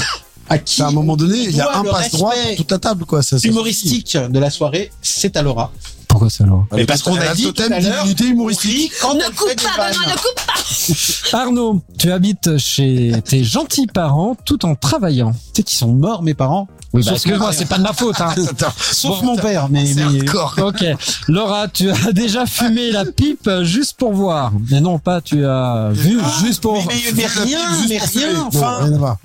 Speaker 1: à qui
Speaker 4: Bah, à un moment donné, il y a
Speaker 1: doit
Speaker 4: un
Speaker 1: le
Speaker 4: passe droit
Speaker 1: respect
Speaker 4: pour toute la table, quoi. Ça, ça-
Speaker 1: humoristique de la soirée, c'est à Laura.
Speaker 5: Pourquoi ça, Laura
Speaker 1: Mais parce qu'on
Speaker 4: Elle
Speaker 1: a dit
Speaker 4: le
Speaker 1: tout à
Speaker 4: totem
Speaker 1: l'heure,
Speaker 4: d'immunité humoristique.
Speaker 1: Humoristique quand
Speaker 2: Ne
Speaker 1: on fait
Speaker 2: coupe
Speaker 1: des
Speaker 2: pas,
Speaker 1: vannes.
Speaker 2: Benoît, ne coupe pas.
Speaker 5: Arnaud, tu habites chez tes gentils parents tout en travaillant.
Speaker 1: Tu sais qu'ils sont morts, mes parents.
Speaker 5: Oui,
Speaker 1: bah,
Speaker 5: excuse-moi, c'est pas de ma faute. Hein.
Speaker 1: Sauf mon père, mais,
Speaker 4: C'est
Speaker 1: mais-
Speaker 4: hardcore.
Speaker 5: Ok, Laura, tu as déjà fumé la pipe juste pour voir. Mais non, pas tu as vu juste pour.
Speaker 1: mais, mais rien, mais rien,
Speaker 4: Non,
Speaker 1: enfin.
Speaker 4: rien à voir.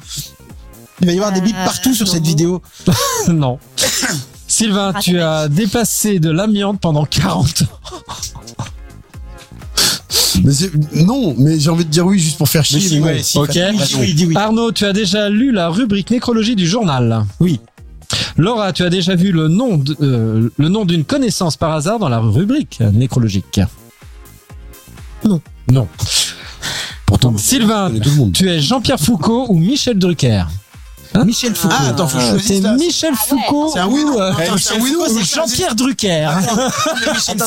Speaker 1: Il va y avoir des bips
Speaker 2: Euh,
Speaker 1: partout sur
Speaker 2: non.
Speaker 1: cette vidéo.
Speaker 5: Non. Sylvain, tu as dépassé de l'amiante pendant 40 ans.
Speaker 4: Mais c'est- non, mais j'ai envie de dire oui juste pour faire chier.
Speaker 5: si,
Speaker 4: mais
Speaker 5: ouais,
Speaker 4: non.
Speaker 5: si, Ok. Patrick, vas-y. Arnaud, tu as déjà lu la rubrique nécrologie du journal Oui. Laura, tu as déjà vu le nom de- euh, le nom d'une connaissance par hasard dans la rubrique nécrologique
Speaker 2: Non.
Speaker 5: Non. Pourtant, Sylvain, tu es Jean-Pierre Foucault ou Michel Drucker Michel Foucault.
Speaker 4: Ah, attends, faut que je choisisse
Speaker 5: C'est
Speaker 4: là.
Speaker 5: Michel Foucault
Speaker 4: Ah C'est un oui,
Speaker 5: ou,
Speaker 4: non.
Speaker 5: euh,
Speaker 4: Attends,
Speaker 5: Michel
Speaker 4: c'est un oui, non,
Speaker 5: Foucault ou
Speaker 4: c'est ça,
Speaker 5: Jean-Pierre Drucker
Speaker 4: Attends, attends,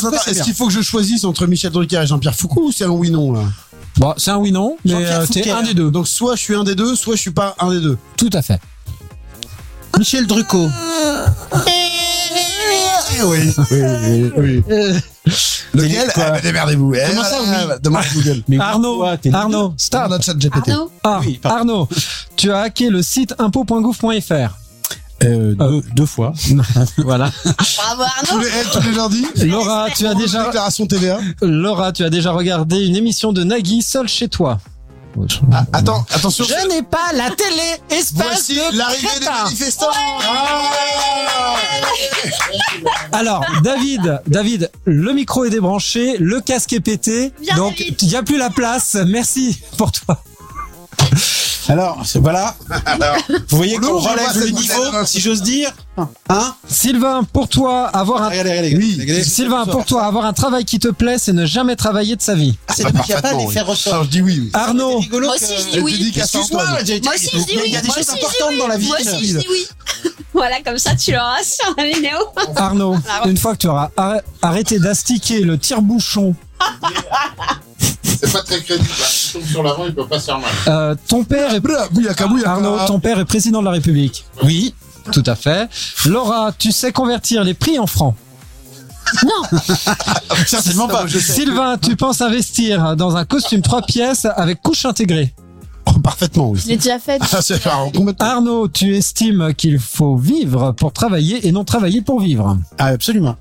Speaker 5: Foucault, c'est
Speaker 4: est-ce
Speaker 5: bien.
Speaker 4: qu'il faut que je choisisse entre Michel Drucker et Jean-Pierre Foucault ou c'est un oui non là
Speaker 5: Bon, c'est un oui non, mais
Speaker 4: Jean-Pierre
Speaker 5: euh, t'es
Speaker 4: Foucault.
Speaker 5: un des deux.
Speaker 4: Donc soit je suis un des deux, soit je suis pas un des deux.
Speaker 5: Tout à fait. Euh,
Speaker 3: Michel Drucco.
Speaker 4: Eh oui, oui, oui, oui. Lequel
Speaker 1: quoi
Speaker 4: Ah, bah, Démerdez-vous. Eh,
Speaker 1: Comment ça, oui
Speaker 4: ah, bah, Demande à Google.
Speaker 1: Mais
Speaker 5: Arnaud,
Speaker 1: quoi, t'es-
Speaker 5: Arnaud, stop.
Speaker 4: Demande à ChatGPT.
Speaker 9: Arnaud
Speaker 5: Ah,
Speaker 1: Oui, pardon.
Speaker 5: Arnaud, tu as hacké le site impôt.gouv.fr.
Speaker 1: Euh, deux, deux fois.
Speaker 5: Voilà.
Speaker 9: Bravo
Speaker 4: Tous
Speaker 9: Arnaud
Speaker 4: les, eh, tous les lundis
Speaker 5: Laura, tu as
Speaker 4: Déjà
Speaker 5: déjà
Speaker 4: déclaration TVA.
Speaker 5: Laura, tu as déjà regardé une émission de Nagui seul chez toi.
Speaker 4: Ah, attends, attention.
Speaker 3: Je n'ai pas la télé, espace
Speaker 4: Voici
Speaker 3: de
Speaker 4: l'arrivée des
Speaker 3: crétin.
Speaker 4: manifestants. Ah
Speaker 5: Alors, David, David, le micro est débranché, le casque est pété,
Speaker 9: Viens,
Speaker 5: donc
Speaker 9: David.
Speaker 5: il n'y a plus la place. Merci pour toi.
Speaker 1: Alors, c'est- voilà. Vous voyez
Speaker 4: On
Speaker 1: qu'on
Speaker 4: ouvre, on
Speaker 1: relève
Speaker 4: passe
Speaker 1: le
Speaker 4: cette
Speaker 1: niveau,
Speaker 4: bouteille.
Speaker 1: si j'ose dire. Hein
Speaker 5: Sylvain, pour toi, avoir un
Speaker 1: Regardez, regardez.
Speaker 4: Oui.
Speaker 1: regardez.
Speaker 5: Sylvain, pour toi, avoir un travail qui te plaît, c'est ne jamais travailler de sa vie.
Speaker 10: C'est donc il n'y a pas à les faire
Speaker 4: Alors,
Speaker 10: ressortir.
Speaker 4: Ah, je dis oui.
Speaker 5: Arnaud,
Speaker 10: Rigolo
Speaker 9: Moi
Speaker 10: que-
Speaker 9: aussi, je dis
Speaker 4: Elle
Speaker 9: oui.
Speaker 4: dédicace à Antoine.
Speaker 10: Excuse-moi, j'ai été-
Speaker 9: Moi aussi, je dis oui.
Speaker 10: Il y a des
Speaker 9: Moi
Speaker 10: choses
Speaker 9: aussi, je dis
Speaker 10: importantes
Speaker 9: oui.
Speaker 10: dans la vie.
Speaker 9: Moi aussi, je dis oui. voilà, comme ça, tu l'auras sur la vidéo.
Speaker 5: Arnaud, une fois que tu auras arr- arrêté d'astiquer le tire-bouchon,
Speaker 11: C'est pas très crédible. Hein. Si tombe sur l'avant, il peut pas se faire mal.
Speaker 5: euh, ton père est
Speaker 4: Bouillaka, bouillaka, bouillaka.
Speaker 5: Arnaud, ton père est président de la République. Oui. Tout à fait. Laura, tu sais convertir les prix en francs.
Speaker 4: Ah, Certainement pas.
Speaker 5: Sylvain, tu penses investir dans un costume trois pièces avec couche intégrée.
Speaker 4: Oh, Parfaitement, oui.
Speaker 9: Je l'ai déjà fait.
Speaker 4: Ah, c'est enfin, complètement.
Speaker 5: Arnaud, tu estimes qu'il faut vivre pour travailler et non travailler pour vivre.
Speaker 1: Ah, absolument.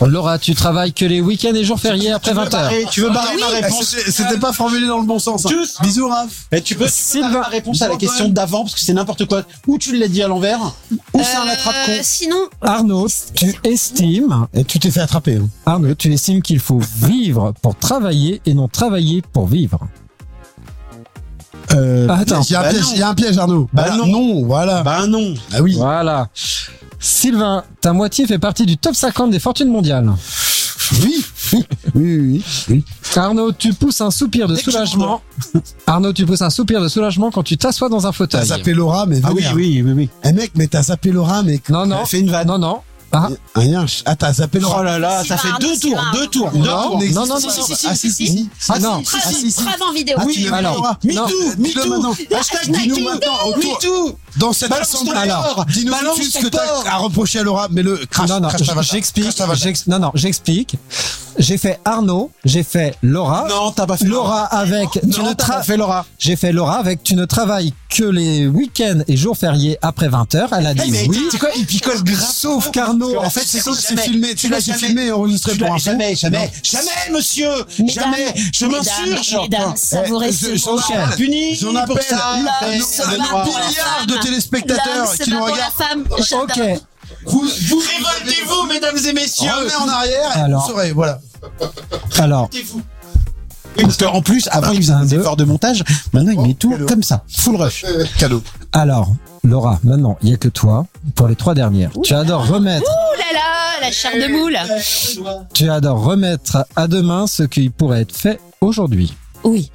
Speaker 5: Laura, tu travailles que les week-ends et jours fériés après 20 heures.
Speaker 10: Arrête, tu veux barrer ma
Speaker 4: Ah,
Speaker 10: réponse
Speaker 4: c'était- C'était pas formulé dans le bon sens. hein.
Speaker 10: Juste.
Speaker 4: Bisous, Raph.
Speaker 10: Mais tu peux, tu peux
Speaker 5: Sylvain-
Speaker 10: barrer ma réponse à la question d'avant parce que c'est n'importe quoi. Ou tu l'as dit à l'envers, ou c'est un attrape-con.
Speaker 2: Euh, Sinon,
Speaker 5: Arnaud, tu estimes,
Speaker 4: Et tu t'es fait attraper. hein.
Speaker 5: Arnaud, tu estimes qu'il faut vivre pour travailler et non travailler pour vivre.
Speaker 1: Euh,
Speaker 5: Attends.
Speaker 4: Il y a un
Speaker 1: Bah
Speaker 4: piège,
Speaker 1: non.
Speaker 4: il y a un piège, Arnaud.
Speaker 1: Bah
Speaker 4: Voilà.
Speaker 1: non.
Speaker 4: voilà.
Speaker 1: Bah non.
Speaker 4: Ah oui.
Speaker 5: Voilà. Sylvain, ta moitié fait partie du top 50 des fortunes mondiales.
Speaker 4: Oui. Oui, oui, oui.
Speaker 5: Arnaud, tu pousses un soupir de
Speaker 4: Dès que je
Speaker 5: soulagement. Arnaud, tu pousses un soupir de soulagement quand tu t'assois dans un
Speaker 4: T'as
Speaker 5: fauteuil.
Speaker 4: zappé Laura, mais
Speaker 1: Ah oui,
Speaker 4: vénère.
Speaker 1: oui, oui, oui.
Speaker 4: Eh mec, mais t'as zappé Laura, mais
Speaker 5: Non, non.
Speaker 1: Fais une vanne.
Speaker 5: Non, non. Ah,
Speaker 4: rien. Ah, t'as zappé
Speaker 1: Oh
Speaker 4: Laura.
Speaker 1: là là, ça
Speaker 9: Sylvain,
Speaker 1: fait deux
Speaker 9: Arnaud,
Speaker 1: tours,
Speaker 9: Sylvain,
Speaker 1: deux
Speaker 9: Arnaud.
Speaker 1: tours.
Speaker 5: Non,
Speaker 4: on
Speaker 5: non,
Speaker 4: existe
Speaker 5: non,
Speaker 4: pas.
Speaker 5: non.
Speaker 4: Ah, si, si, si. Ah,
Speaker 5: non.
Speaker 4: si, si, si, si.
Speaker 9: preuve en vidéo.
Speaker 4: Ah, tu l'as
Speaker 5: alors,
Speaker 4: vu, Laura
Speaker 5: non.
Speaker 4: MeToo,
Speaker 1: MeToo.
Speaker 4: maintenant.
Speaker 1: Hashtag
Speaker 4: Dis-nous maintenant, autour-
Speaker 10: tout
Speaker 4: dans cette
Speaker 10: Balance ton
Speaker 4: assemblée,
Speaker 10: porc.
Speaker 4: dis-nous
Speaker 10: Balance
Speaker 4: tout de suite
Speaker 10: ton
Speaker 4: ce que
Speaker 10: porc.
Speaker 4: t'as à reprocher à Laura, mais le crash,
Speaker 5: non, non,
Speaker 4: crash ta vagin.
Speaker 5: j'explique.
Speaker 4: Crash ta vagin.
Speaker 5: j'ex- Non, non, j'explique. J'ai fait Arnaud, j'ai fait Laura.
Speaker 1: Non, t'as pas fait
Speaker 5: Laura avec tu ne
Speaker 1: Non, t'as
Speaker 5: tra-
Speaker 1: pas fait Laura.
Speaker 5: J'ai fait Laura avec tu ne travailles que les week-ends et jours fériés après 20h. Elle a dit
Speaker 10: mais
Speaker 5: oui.
Speaker 10: c'est quoi, il picole grave.
Speaker 5: Sauf qu'Arnaud,
Speaker 10: Parce
Speaker 4: En fait, c'est
Speaker 10: Tu l'as
Speaker 4: c'est
Speaker 10: jamais-
Speaker 4: filmé,
Speaker 10: tu
Speaker 4: tu l'as
Speaker 10: l'as jamais-
Speaker 4: filmé et enregistré
Speaker 10: Tu
Speaker 4: pour
Speaker 10: l'as
Speaker 4: un
Speaker 10: jamais, jamais, jamais, monsieur, jamais, je
Speaker 2: mesdames,
Speaker 10: m'insurge.
Speaker 1: Eh,
Speaker 10: eh,
Speaker 2: Mesdames, savourez ce
Speaker 4: je-
Speaker 2: moment.
Speaker 5: ok.
Speaker 1: Ah,
Speaker 10: Puni
Speaker 4: J'en appelle
Speaker 10: pour ça.
Speaker 4: à
Speaker 2: L'homme
Speaker 4: nos-
Speaker 2: se
Speaker 4: à
Speaker 2: bat
Speaker 4: nos
Speaker 2: pour la
Speaker 4: milliards de
Speaker 2: femme.
Speaker 4: téléspectateurs
Speaker 2: L'homme se
Speaker 4: qui nous
Speaker 2: bat pour la
Speaker 4: regardent.
Speaker 2: femme, j'adore.
Speaker 5: ok.
Speaker 4: Vous, vous,
Speaker 10: Révoltez-vous, mesdames et messieurs.
Speaker 1: Ah,
Speaker 4: revenez en arrière et
Speaker 5: Alors.
Speaker 4: vous saurez, voilà.
Speaker 5: Alors,
Speaker 1: Parce qu'en plus, avant, il faisait
Speaker 5: Un,
Speaker 1: un
Speaker 5: deux.
Speaker 1: effort de montage. Maintenant, il met tout
Speaker 4: quel
Speaker 1: comme ça. Full rush.
Speaker 4: Cadeau.
Speaker 5: alors, Laura, maintenant, il y a que toi pour les trois dernières. Tu adores remettre,
Speaker 2: Oh
Speaker 9: Ouh là là, la chair de moule.
Speaker 5: tu adores remettre à demain ce qui pourrait être fait aujourd'hui.
Speaker 2: Oui,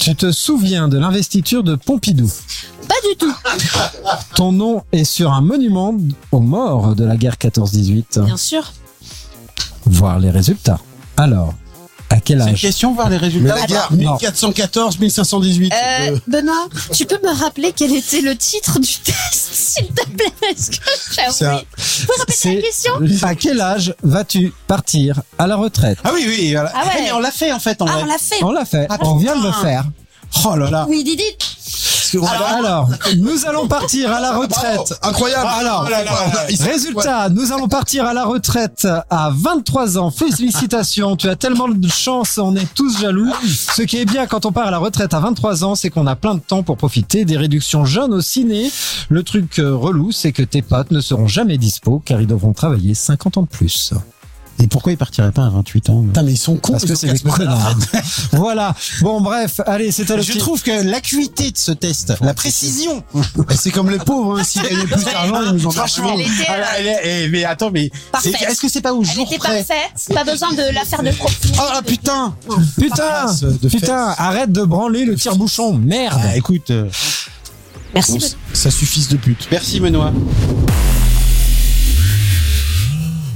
Speaker 5: Tu te souviens de l'investiture de Pompidou.
Speaker 2: pas du tout.
Speaker 5: Ton nom est sur un monument aux morts de la guerre 14-18.
Speaker 2: Bien sûr.
Speaker 5: Voir les résultats. Alors, à quel
Speaker 1: C'est une
Speaker 5: âge
Speaker 1: question, voir les
Speaker 4: Mais
Speaker 1: résultats.
Speaker 4: la guerre,
Speaker 5: non.
Speaker 4: 1414, 1518.
Speaker 2: Euh,
Speaker 4: euh,
Speaker 2: Benoît, tu peux me rappeler quel était le titre du test, s'il te plaît Est-ce que j'ai
Speaker 4: C'est un-
Speaker 2: oublié Vous répétez
Speaker 5: C'est-
Speaker 2: la question
Speaker 5: À quel âge vas-tu partir à la retraite
Speaker 1: Ah oui, oui. voilà.
Speaker 2: Ah ouais.
Speaker 10: Mais on l'a fait en fait en
Speaker 2: Ah,
Speaker 10: vrai.
Speaker 2: on l'a fait.
Speaker 5: On l'a fait,
Speaker 1: Ah,
Speaker 5: on vient de le
Speaker 1: putain.
Speaker 5: faire.
Speaker 1: Oh là là.
Speaker 2: Oui, Didi.
Speaker 4: parce que on va-
Speaker 5: alors, alors, nous allons partir à la retraite.
Speaker 4: incroyable.
Speaker 5: Alors,
Speaker 4: Oh là là, ils sont-
Speaker 5: résultat, nous allons partir à la retraite à 23 ans. Félicitations, tu as tellement de chance, on est tous jaloux. Ce qui est bien quand on part à la retraite à 23 ans, c'est qu'on a plein de temps pour profiter des réductions jeunes au ciné. Le truc euh, relou, c'est que tes potes ne seront jamais dispo car ils devront travailler 50 ans de plus.
Speaker 1: Et pourquoi ils partiraient pas à 28 ans euh
Speaker 4: Putain, mais ils sont cons.
Speaker 5: Parce
Speaker 4: ils
Speaker 5: que
Speaker 4: ont
Speaker 5: c'est
Speaker 4: qu'à
Speaker 5: des
Speaker 4: se mettre à la
Speaker 5: connards.
Speaker 4: retraite.
Speaker 5: voilà. Bon, bref, allez, c'était le
Speaker 1: Je
Speaker 5: petit-
Speaker 1: trouve que l'acuité de ce test, la précision.
Speaker 4: Et c'est comme les pauvres, hein, s'ils gagnaient plus d'argent, ils nous en
Speaker 1: Franchement,
Speaker 9: Elle était, euh,
Speaker 1: alors, elle est- eh, mais attends, mais c'est-
Speaker 9: Parfaite.
Speaker 1: est-ce que c'est pas au
Speaker 9: Elle
Speaker 1: jour
Speaker 9: était
Speaker 1: près
Speaker 9: parfaite. Pas besoin de la faire de profil.
Speaker 4: Ah,
Speaker 1: Oh là, putain
Speaker 5: Putain,
Speaker 4: de
Speaker 5: putain, arrête de branler le tire-bouchon, merde.
Speaker 1: Ah, Écoute, euh,
Speaker 9: Merci.
Speaker 4: Ça suffise de pute.
Speaker 1: merci Benoît.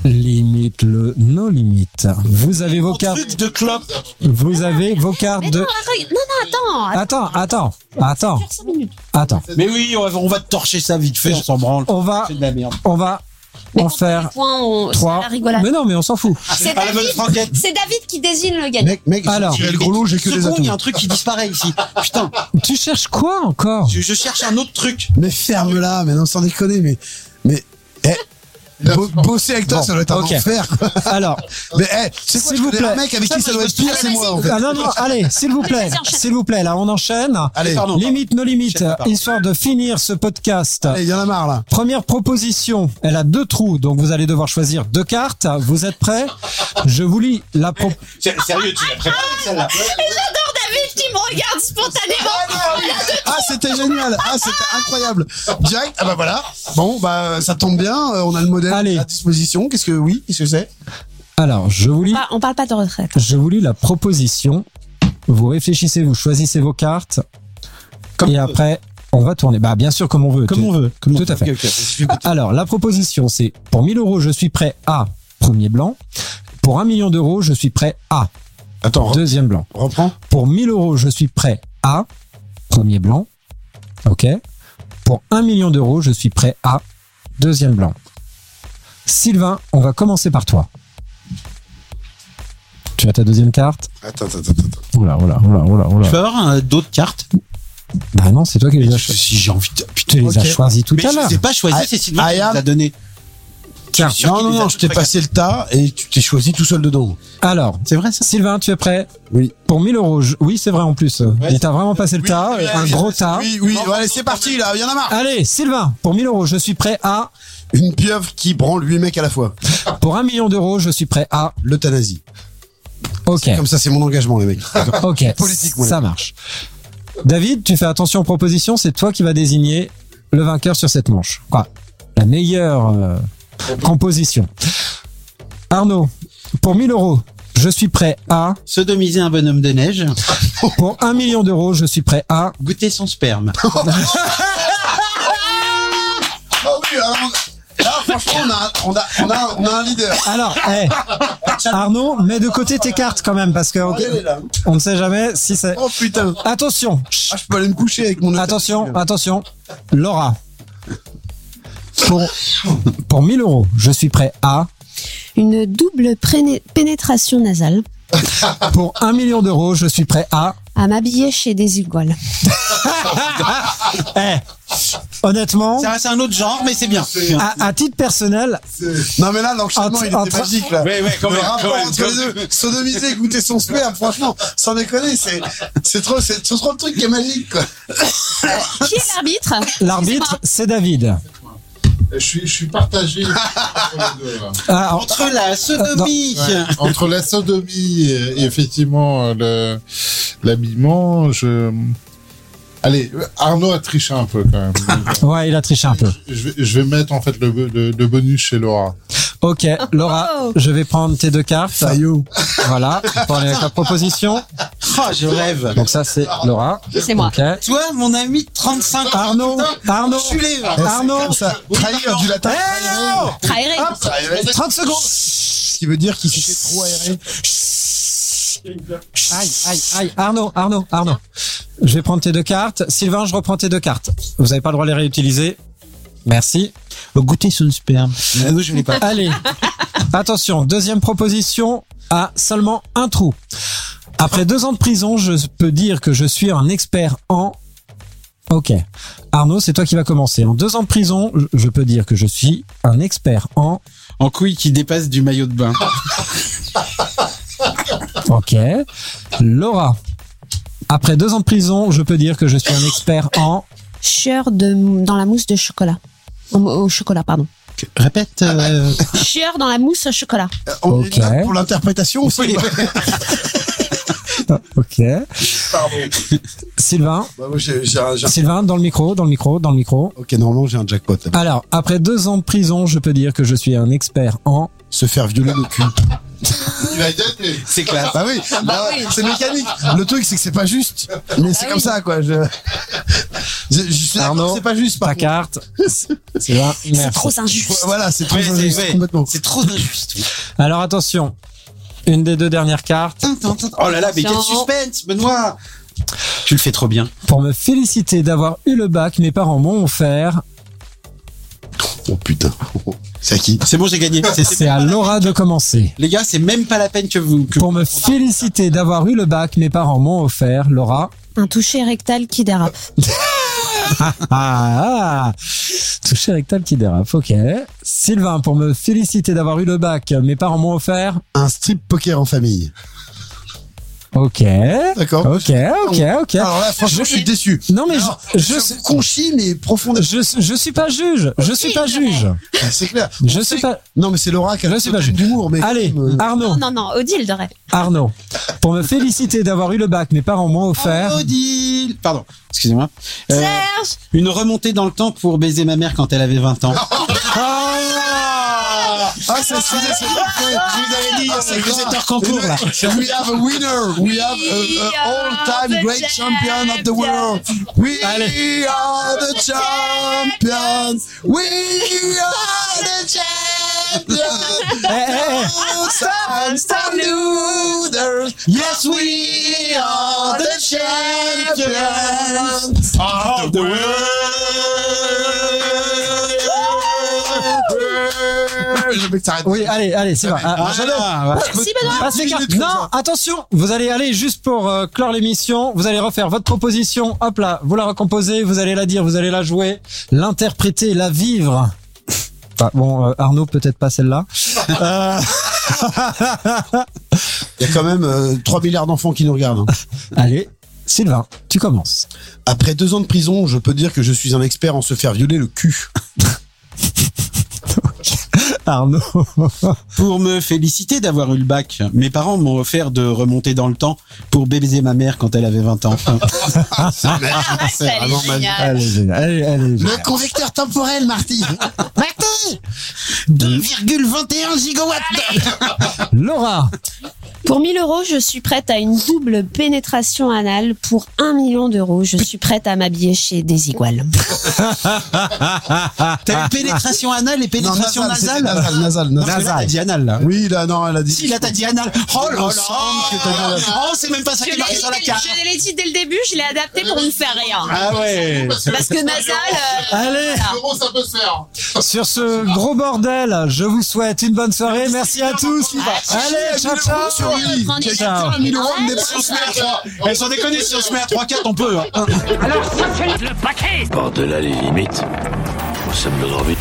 Speaker 5: Limite le nos limites. Vous avez vos cartes,
Speaker 1: Truc de clope.
Speaker 5: vous avez vos
Speaker 9: Ah, Mais
Speaker 5: cartes
Speaker 9: non,
Speaker 5: de.
Speaker 9: arrête. non, non, attends.
Speaker 5: Attends, attends, attends,
Speaker 9: Attends. 5 minutes.
Speaker 5: attends.
Speaker 1: Mais oui, on va, on va te torcher ça vite fait, on s'en branle.
Speaker 5: On va,
Speaker 1: C'est de la merde.
Speaker 5: on va
Speaker 9: Mais
Speaker 5: en
Speaker 9: quand on fait
Speaker 5: faire
Speaker 9: les points, on- c'est
Speaker 5: trois.
Speaker 9: la rigolade.
Speaker 5: Mais non, mais on s'en fout.
Speaker 9: Ah, C'est
Speaker 1: À la bonne
Speaker 9: David,
Speaker 1: franquette.
Speaker 9: c'est David qui désigne le gagnant.
Speaker 4: Mec, mec,
Speaker 5: Alors.
Speaker 4: le gros lot, j'ai que
Speaker 1: Second,
Speaker 4: des atouts.
Speaker 1: il y a un truc qui disparaît ici. Putain,
Speaker 5: Tu cherches quoi encore
Speaker 1: je, je cherche un autre truc.
Speaker 4: Mais ferme-la, mais non, sans déconner, mais, mais, eh, bo- bosser avec toi,
Speaker 5: Bon,
Speaker 4: ça doit être un
Speaker 5: ok.
Speaker 4: enfer. quoi.
Speaker 5: Alors,
Speaker 4: Mais, eh, c'est quoi,
Speaker 5: S'il
Speaker 4: je
Speaker 5: vous
Speaker 4: connais
Speaker 5: plaît.
Speaker 4: un mec avec
Speaker 5: Ça,
Speaker 4: qui
Speaker 5: moi,
Speaker 4: ça
Speaker 5: je
Speaker 4: doit
Speaker 5: me
Speaker 4: être pire,
Speaker 9: suis-
Speaker 4: c'est moi, en fait.
Speaker 5: ah non non, allez, s'il vous plaît,
Speaker 9: Vas-y, enchaîne.
Speaker 5: s'il vous plaît, là on enchaîne.
Speaker 4: Allez,
Speaker 1: Pardon.
Speaker 5: Limite nos limites,
Speaker 1: Enchaîne, pardon.
Speaker 5: histoire de finir ce podcast.
Speaker 4: allez, Eh, il y en a marre, là.
Speaker 5: Première proposition, elle a deux trous, donc vous allez devoir choisir deux cartes. Vous êtes prêts Je vous lis la pro.
Speaker 1: C'est- Sérieux, tu l'as préparé
Speaker 11: Ah
Speaker 1: celle-là
Speaker 9: J'adore David qui me regarde spontanément.
Speaker 4: Ah, c'était génial. Ah, c'était incroyable. Direct. Ah, bah voilà. Bon, bah, ça tombe bien. euh, On a le modèle
Speaker 5: Allez.
Speaker 4: à disposition. Qu'est-ce que, oui, qu'est-ce que c'est?
Speaker 5: Alors, je vous lis
Speaker 2: Pas- on parle pas de retraite.
Speaker 5: Je vous lis la proposition. Vous réfléchissez, vous choisissez vos cartes. et après, on va tourner. Bah, bien sûr, comme on veut.
Speaker 1: Comme on veut. Comme on
Speaker 5: Tout
Speaker 1: veut.
Speaker 5: à fait.
Speaker 1: Ok, ok.
Speaker 5: Alors, la proposition, c'est pour 1000 euros, je suis prêt à premier blanc. Pour 1 million d'euros, je suis prêt à
Speaker 4: Attends, re-
Speaker 5: deuxième blanc.
Speaker 4: reprends.
Speaker 5: Pour 1000 euros, je suis prêt à premier blanc. OK. Pour 1 million d'euros, je suis prêt à deuxième blanc. Sylvain, on va commencer par toi. Tu as ta deuxième carte
Speaker 11: Attends, attends, attends. attends.
Speaker 5: Oula, oula, oula, oula, oula.
Speaker 1: Tu peux avoir euh, d'autres cartes
Speaker 5: Bah non, c'est toi qui les as choisis.
Speaker 1: Si j'ai envie de.
Speaker 5: Tu les as
Speaker 4: Ok.
Speaker 5: choisis tout
Speaker 1: Mais
Speaker 5: à
Speaker 1: je
Speaker 5: l'heure.
Speaker 1: les ai pas choisi,
Speaker 4: I-
Speaker 1: c'est Sylvain qui
Speaker 4: I
Speaker 1: les
Speaker 4: am-
Speaker 1: a donné.
Speaker 5: Tiens,
Speaker 1: Sur
Speaker 4: Non,
Speaker 1: qui
Speaker 4: non,
Speaker 1: les
Speaker 4: non,
Speaker 1: a-
Speaker 4: je t'ai passé le tas et tu t'es choisi tout seul dedans.
Speaker 5: Alors,
Speaker 1: C'est vrai ça
Speaker 5: Sylvain, tu es prêt
Speaker 4: Oui.
Speaker 5: Pour 1000 euros. je- Oui, c'est vrai en plus. Il t'a vraiment passé le
Speaker 4: Oui,
Speaker 5: tas,
Speaker 4: oui,
Speaker 5: un
Speaker 4: oui,
Speaker 5: gros tas.
Speaker 4: Oui, oui, bon, allez, c'est parti, là. Il y en a marre.
Speaker 5: Allez, Sylvain, pour 1000 euros, je suis prêt à.
Speaker 4: Une pieuvre qui branle huit mecs à la fois.
Speaker 5: Pour 1 million d'euros, je suis prêt à.
Speaker 4: L'euthanasie.
Speaker 5: Ok,
Speaker 4: Comme ça, c'est mon engagement, les mecs.
Speaker 5: ok,
Speaker 4: politique, ouais.
Speaker 5: ça marche. David, tu fais attention aux propositions, c'est toi qui vas désigner le vainqueur sur cette manche. Quoi La meilleure euh, composition. Arnaud, pour 1000 euros, je suis prêt à.
Speaker 1: Sodomiser un bonhomme de neige,
Speaker 5: Pour 1 million d'euros, je suis prêt à.
Speaker 1: goûter son sperme.
Speaker 4: Ah oui, alors, on- là, franchement, on a, on a, on a, on a un leader.
Speaker 5: Alors, eh, Arnaud, mets de côté tes cartes quand même, parce que on,
Speaker 4: Allez, Ah, là.
Speaker 5: on ne sait jamais si c'est.
Speaker 4: Oh putain.
Speaker 5: Attention, chut,
Speaker 4: Ah, je peux aller me coucher avec mon
Speaker 5: attention, attention. Laura, pour, pour 1000 euros, je suis prêt à.
Speaker 2: Une double préné- pénétration nasale.
Speaker 5: Pour 1 million d'euros, je suis prêt à.
Speaker 2: À m'habiller chez des iguales.
Speaker 5: Eh, honnêtement,
Speaker 1: Ça, C'est un autre genre, mais c'est bien.
Speaker 5: à, à titre personnel,
Speaker 4: Non, mais là, l'enchaînement, il
Speaker 5: Entre-
Speaker 4: était magique, là.
Speaker 1: Ouais, ouais, quand
Speaker 4: le
Speaker 1: même,
Speaker 4: rapport
Speaker 1: quand même,
Speaker 4: entre
Speaker 1: quand
Speaker 4: les deux, sodomiser, goûter son sperme, franchement, sans déconner, c'est, c'est trop, c'est c'est trop le truc qui est magique, quoi. Ah,
Speaker 9: Qui est l'arbitre
Speaker 5: l'arbitre, c'est David.
Speaker 11: Je suis, je suis partagé entre les deux, là.
Speaker 5: Ah,
Speaker 1: Entre la sodomie.
Speaker 11: Ouais, entre la sodomie et, et effectivement euh, le l'habillement, je. Allez, Arnaud a triché un peu quand même. Donc,
Speaker 5: oh, ouais, il a triché un peu.
Speaker 11: euh, je, vais, je vais mettre en fait le, le- le bonus chez Laura.
Speaker 5: Ok,
Speaker 9: Oh.
Speaker 5: Laura, je vais prendre tes deux cartes.
Speaker 4: Fayot.
Speaker 5: Voilà, pour les- la proposition.
Speaker 1: Oh, je rêve.
Speaker 5: Donc ça, c'est Laura.
Speaker 9: C'est moi.
Speaker 5: Ok.
Speaker 1: Toi, mon ami de 35 ans.
Speaker 5: Arnaud, Arnaud,
Speaker 1: Enculé, va.
Speaker 5: Arnaud,
Speaker 4: Ça, trahir du latin.
Speaker 5: Eh non
Speaker 9: Trahiré.
Speaker 5: Hop,
Speaker 4: ah,
Speaker 5: 30 secondes.
Speaker 4: Ce qui veut dire qu'il s'était trop aéré.
Speaker 5: Aïe, aïe, aïe. Arnaud, Arnaud, Arnaud. Je vais prendre tes deux cartes. Sylvain, je reprends tes deux cartes. Vous n'avez pas le droit de les réutiliser. Merci. Euh,
Speaker 1: Goûter son sperme. Non, je l'ai pas.
Speaker 5: Allez, attention, deuxième proposition à seulement un trou. Après deux ans de prison, je peux dire que je suis un expert en Ok. Arnaud, c'est toi qui vas commencer. En deux ans de prison, je- je peux dire que je suis un expert en.
Speaker 1: En couilles qui dépassent du maillot de bain.
Speaker 5: Ok. Laura, après deux ans de prison, je peux dire que je suis un expert en.
Speaker 2: Chieur de, dans la mousse de chocolat. Au, au chocolat, pardon.
Speaker 5: Répète.
Speaker 1: Ah, bah.
Speaker 2: Chieur dans la mousse au chocolat.
Speaker 4: On est là pour l'interprétation aussi.
Speaker 5: Ok. Sylvain.
Speaker 4: Bah, moi, j'ai- j'ai un- j'ai un-
Speaker 5: Sylvain, dans le micro, dans le micro, dans le micro.
Speaker 4: Ok, normalement, j'ai un jackpot. là.
Speaker 5: Alors, après deux ans de prison, je peux dire que je suis un expert en.
Speaker 4: Se faire violer le cul.
Speaker 11: Il a gagné.
Speaker 1: C'est clair.
Speaker 4: Bah oui, Ah bah ouais, c'est mécanique. Le truc, c'est que c'est pas juste. Mais c'est comme ça, quoi. Je... Je, je suis d'accord que
Speaker 5: Arnaud,
Speaker 4: c'est pas juste, par
Speaker 5: ta
Speaker 4: contre.
Speaker 5: carte. Sylvain,
Speaker 2: C'est
Speaker 5: merci.
Speaker 2: trop injuste.
Speaker 4: Voilà, c'est trop
Speaker 1: Ouais, c'est-
Speaker 4: injuste,
Speaker 1: ouais.
Speaker 4: complètement.
Speaker 1: C'est trop injuste.
Speaker 5: Alors, attention. Une des deux dernières cartes.
Speaker 1: Oh là là, mais quel suspense, Benoît Tu le fais trop bien.
Speaker 5: Pour me féliciter d'avoir eu le bac, mes parents m'ont offert.
Speaker 4: Oh putain. C'est à qui
Speaker 1: C'est bon, j'ai gagné. C'est- c'est-
Speaker 5: C'est à Laura de commencer.
Speaker 1: Les gars, c'est même pas la peine que vous. que-
Speaker 5: Pour me féliciter d'avoir eu le bac, mes parents m'ont offert, Laura.
Speaker 2: Un toucher rectal qui dérape.
Speaker 5: Ah, ah Touché rectal qui dérape, ok. Sylvain, pour me féliciter d'avoir eu le bac, mes parents m'ont offert.
Speaker 4: Un strip poker en famille.
Speaker 5: Ok.
Speaker 4: D'accord.
Speaker 5: Ok, ok, ok.
Speaker 4: Alors là, franchement, je suis déçu.
Speaker 5: Non mais
Speaker 4: Alors,
Speaker 5: je,
Speaker 4: je,
Speaker 5: je,
Speaker 4: suis conchis, mais profondément.
Speaker 5: je, je suis pas juge. Je suis pas juge.
Speaker 4: Ah, C'est clair.
Speaker 5: Je
Speaker 4: On
Speaker 5: sais
Speaker 4: sait-
Speaker 5: pas.
Speaker 4: Non, mais c'est Laura qui a
Speaker 5: Je
Speaker 4: le
Speaker 5: sais pas
Speaker 4: totem
Speaker 5: juge.
Speaker 4: d'humour, mais.
Speaker 5: Allez,
Speaker 4: Euh,
Speaker 5: Arnaud,
Speaker 9: Non, non, non, Odile Doré.
Speaker 5: Arnaud, pour me féliciter d'avoir eu le bac, mes parents m'ont
Speaker 4: Ah,
Speaker 5: offert.
Speaker 1: Odile Pardon, excusez-moi. Euh,
Speaker 9: Serge
Speaker 1: une remontée dans le temps pour baiser ma mère quand elle avait 20 ans.
Speaker 4: Oh, Ah, ah ça c'est c'est- Je vous avais dit, c'est que c'est hors concours là. We have a winner, we have a, a all-time great champion of the world. We are the champions. We are the champions.
Speaker 5: Eh, eh, eh.
Speaker 4: Sometimes some losers. Yes, we are the champions of the world. Je veux que ça arrête.
Speaker 5: Oui, allez, allez, c'est vrai. Ah, j'adore.
Speaker 2: Merci Benoît.
Speaker 4: ah,
Speaker 5: Passe les cartes. Non, attention, vous allez aller juste pour euh, clore l'émission, vous allez refaire votre proposition, hop là, vous la recomposez, vous allez la dire, vous allez la jouer, l'interpréter, la vivre. Enfin, bon, euh, Arnaud, peut-être pas celle-là. Euh,
Speaker 4: Il y a quand même euh, 3 milliards d'enfants qui nous regardent. hein.
Speaker 5: allez, Sylvain, tu commences.
Speaker 4: Après deux ans de prison, je peux dire que je suis un expert en se faire violer le cul.
Speaker 5: Arnaud.
Speaker 1: Pour me féliciter d'avoir eu le bac, mes parents m'ont offert de remonter dans le temps pour baiser ma mère quand elle avait 20 ans.
Speaker 9: Ah,
Speaker 2: bah,
Speaker 9: ça, elle est géniale.
Speaker 5: allez, génial, allez, allez.
Speaker 4: Le convecteur temporel, Marty Marty 2,21 gigawatts
Speaker 5: Laura.
Speaker 2: Pour 1000 euros, je suis prête à une double pénétration anale. Pour 1 million d'euros, je suis prête à m'habiller chez Desigual.
Speaker 1: T'as une pénétration anale et pénétration Ah. nasale
Speaker 4: Nasal, nasal,
Speaker 1: Non, parce que là, t'as dit anale, là.
Speaker 4: Oui, là, non, elle a dit.
Speaker 1: Si, là, t'as dit anal. Oh là là Oh, c'est même pas ça
Speaker 9: Je
Speaker 1: qui est
Speaker 9: l'ai
Speaker 1: marqué
Speaker 9: dit
Speaker 1: sur la
Speaker 9: dès-
Speaker 1: carte
Speaker 9: je l'ai dit dès le début, je l'ai adapté pour vous faire rire.
Speaker 1: Ah ouais
Speaker 9: Parce que Nazal, euh,
Speaker 5: Allez,
Speaker 1: Ah,
Speaker 11: Euro, ça peut se faire.
Speaker 5: sur ce gros bordel, je vous souhaite une bonne soirée. Merci à tous. Allez, ciao, ciao. Ciao.
Speaker 1: Eh, sans déconner, si on se met à 3-4, on peut, hein.
Speaker 8: Par-delà les limites, nous sommes le grand but.